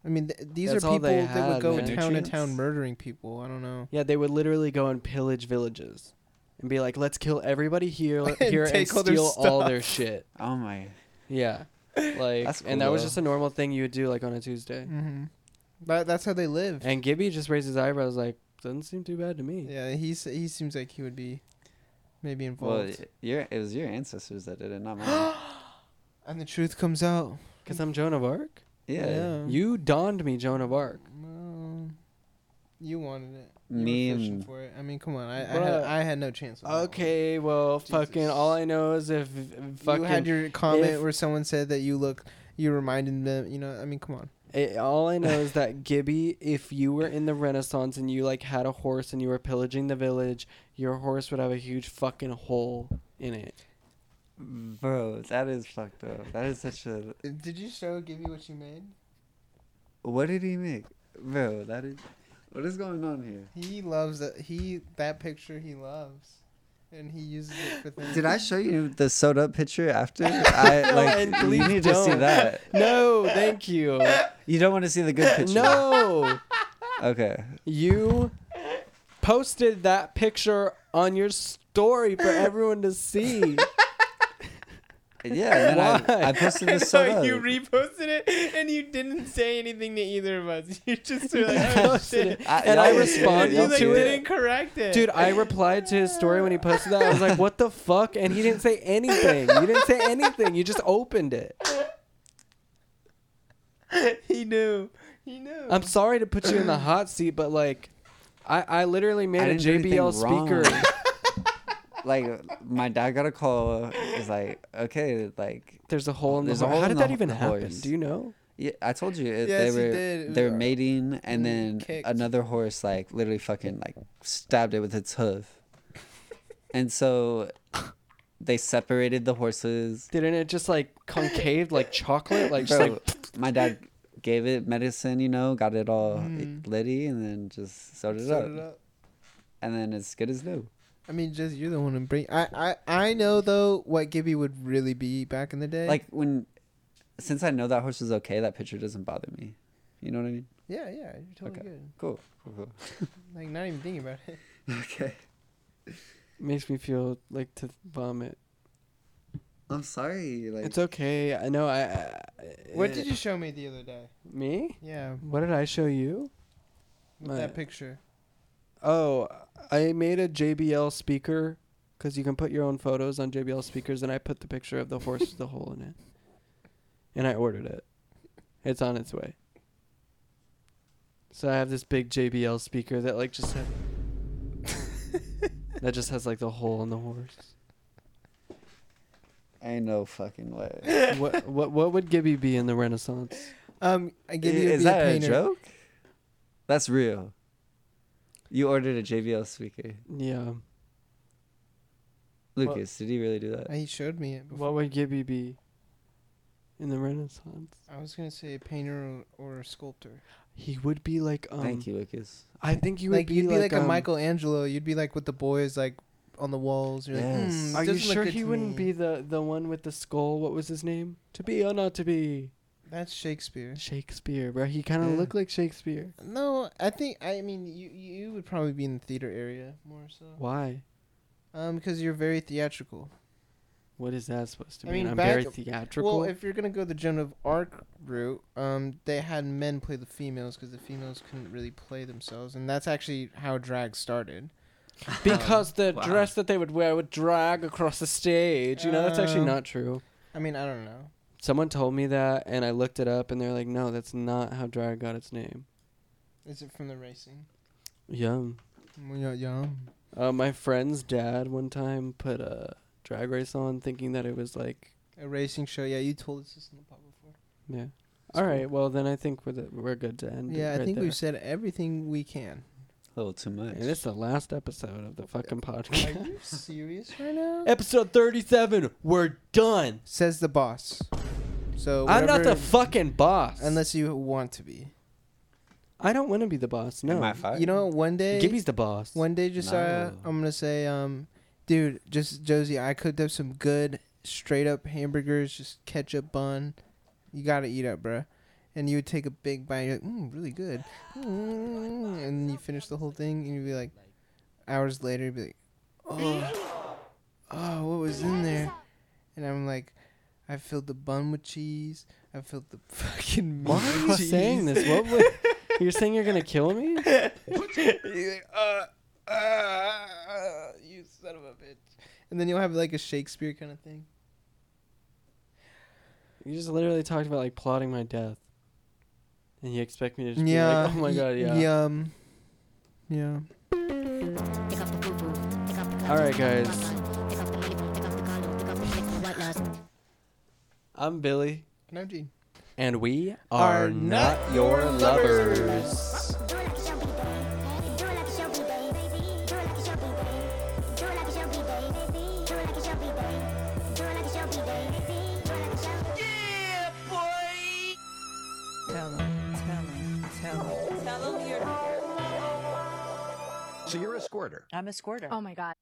B: I mean, th- these
A: That's
B: are
A: all
B: people
A: they
B: that would
A: had,
B: go
A: man.
B: town to
C: Nutrients?
B: town murdering people. I don't know.
A: Yeah, they would literally go and pillage villages and be like, "Let's kill everybody
B: (laughs)
A: here, here and,
B: take all their
A: steal all their shit."
C: Oh my.
B: (laughs)
A: Yeah, like,
C: That's
A: and
C: cool,
A: that was
C: though.
A: just a normal thing you would do like on a Tuesday.
B: Mm-hmm. But that's how they live.
A: And Gibby just raised his eyebrows, like, "Doesn't seem too bad to me."
B: yeah, he's he seems like he would be maybe
C: Well,
B: involved.
C: y- your it was your ancestors that did it,
A: (gasps)
C: not mine.
B: and the truth comes out.
A: Cause I'm Joan of Arc.
C: yeah.
B: Uh-huh.
A: You donned me, Joan of Arc.
B: Well, you wanted it. You were
C: Me
B: fishing
C: and
B: for it. I mean, come on. I, I, had,
A: Bruh.
B: I had no chance. with that one.
A: Okay, well, fucking.
B: Oh, Jesus.
A: All I know is if if fucking.
B: You had your comment
A: if-
B: where someone said that you look, you reminded them. You know, I mean, come on.
A: It, all I know is that Gibby, if you were in the Renaissance and you like had a horse and you were pillaging the village, your horse would have a huge fucking hole in it.
C: bro, that is fucked up. That is such a.
B: Did you show Gibby what you made?
C: What did he make, bro? That is. What is going on here?
B: He loves that. He that picture he loves, and he uses it for things. (laughs)
C: Did I show you the sewed up picture
A: (laughs)
C: after? I like.
A: and
C: you
A: please
C: need to see
A: don't.
C: that.
A: No, thank you.
C: You don't want to see the good
A: (laughs)
C: picture.
A: No,
C: Okay.
A: you posted that picture on your story for everyone to see.
C: Yeah. And then I,
A: (laughs) Why?
C: I posted the sewed up.
B: reposted it, and you didn't say anything to either of us. (laughs) You just were
A: (laughs)
B: oh,
A: I posted it, and I
B: (laughs)
C: y'all-
A: responded
C: y'all
A: to
C: did
A: it.
B: correct it, (laughs)
A: Dude, I replied to his story when he posted that. I was like, "What the fuck?" And he didn't say anything. You didn't say anything. You just opened it.
B: he knew. He knew.
A: I'm sorry to put you in the hot seat, but like, I, I literally made
C: I
A: a
C: didn't do anything
A: JBL speaker.
B: (laughs)
C: wrong. like my dad got a call. Is like okay, like
A: There's a hole in the
C: There's a
A: hole.
C: hole
A: How
C: in
A: did
C: the
A: that even
C: ho-
A: happen?
C: horse.
A: Do you know?
C: yeah, I told you it,
B: Yes,
C: they
B: you
C: were
B: did. It
C: they
B: was
C: were
B: our-
C: mating, and then
B: kicked.
C: another horse like literally fucking like stabbed it with
B: (laughs)
C: its hoof, and so they separated the horses.
A: Didn't it just like concave like chocolate? Like just
C: Bro,
A: like
C: my dad gave it medicine, you know, got it all
B: Mm.
C: litty, and then just sewed it,
B: Set
C: up,
B: it up.
C: and then it's good as new.
B: I mean, just you're the one who bring. I, I I know though what Gibby would really be back in the day.
C: Like when, since I know that horse is okay, that picture doesn't bother me. You know what I mean?
B: yeah, yeah, you're totally
C: Okay.
B: good.
C: Cool, cool, cool.
B: Like not even thinking about
C: (laughs)
B: it.
C: Okay.
A: makes me feel like to vomit.
C: I'm sorry. Like
A: It's okay. I know. I. I
B: What did you show me the other day?
A: Me?
B: Yeah,
A: What did I show you?
B: with
A: My-
B: that picture.
A: Oh, I made a JBL speaker because you can put your own photos on JBL speakers, and I put the picture of the horse with the hole in it, and I ordered it. It's on its way. So I have this big JBL speaker that like just have, that just has like the hole in the horse.
C: Ain't no fucking
B: (laughs)
C: way.
A: what what what would Gibby be in the Renaissance?
B: Um, I give you
C: Is
B: be
C: that
B: a
C: a
B: painter.
C: joke? That's real. You ordered a JBL speaker.
A: Yeah.
C: Lucas, did he really do that?
B: Uh, He showed me it. Before.
A: What would Gibby be in the Renaissance?
B: I was gonna say a painter or, or a sculptor.
A: He would be like um
C: Thank you, Lucas.
A: I think you would
B: like
A: be,
B: you'd be like, a
A: um,
B: Michelangelo. You'd be like with the boys like on the walls. You're
C: Yes.
B: like, hmm,
A: Are you
B: doesn't look
A: sure
B: good
A: he
B: to
A: wouldn't
B: me."
A: be the the one with the skull? What was his name? To be or not to be?
B: That's Shakespeare.
A: Shakespeare, bro. He kind of
B: Yeah.
A: looked like Shakespeare.
B: No, I think I mean you you would probably be in the theater area more so.
A: Why?
B: Um, because you're very theatrical.
A: What is that supposed to
B: I
A: mean?
B: mean,
A: I'm very
B: back-
A: theatrical.
B: (laughs) Well, if you're gonna go the Joan of Arc route, um, they had men play the females because the females couldn't really play themselves, and that's actually how drag started.
A: because the
C: wow.
A: dress that they would wear would drag across the stage. You know, that's actually
B: Um,
A: not true.
B: I mean, I don't know.
A: Someone told me that, and I looked it up, and they're like, no, that's not how drag got its name.
B: Is it from the racing?
A: Yum.
B: Yeah, yeah.
A: Uh, my friend's dad one time put a drag race on, thinking that it was like,
B: A racing show. Yeah, you told us this in the pub before.
A: yeah.
B: It's
A: All
B: cool.
A: right. Well, then I think we're the, we're good to end. it
B: Yeah, I
A: right
B: think
A: there.
B: we've said everything we can.
C: A little too much.
A: And it's the last episode of the fucking
B: (laughs) Are
A: podcast.
B: you serious right now?
A: (laughs) episode thirty-seven. We're done.
B: Says the boss. So
A: I'm not the
B: whatever-
A: fucking boss.
B: unless you want to be.
A: I don't want to be the boss.
C: Am I
A: No.
C: fired?
B: You know, one day,
A: Gibby's the boss.
B: one day, Josiah,
C: No.
B: I'm gonna say, um, dude, just Josie, I cooked up some good straight up hamburgers, just ketchup bun. You gotta eat up, bruh. And you would take a big bite, you're like, mm, really good. Mm, and you finish the whole thing, and you'd be like, hours later, you'd be like, oh, oh, what was in there? And I'm like, I filled the bun with cheese. I filled the (laughs) fucking meat
A: Why are you
B: with
A: saying
B: cheese."
A: this? What (laughs) would, you're saying you're gonna kill me?
B: You're like, uh, uh, uh, you son of a bitch. And then you'll have like a Shakespeare kind of thing.
A: You just literally talked about like plotting my death, and you expect me to just be like, "Oh my god, yeah."
B: Yeah. Um, yeah.
A: All right, guys. I'm Billy,
B: And I'm Gene.
A: and we
B: Are
A: are,
B: not
A: not,
B: your
A: your
B: lovers.
A: lovers.
F: Tell him. Tell him. Tell him.
G: Tell them you're.
D: So you're a squirter.
G: I'm a squirter.
H: Oh my God.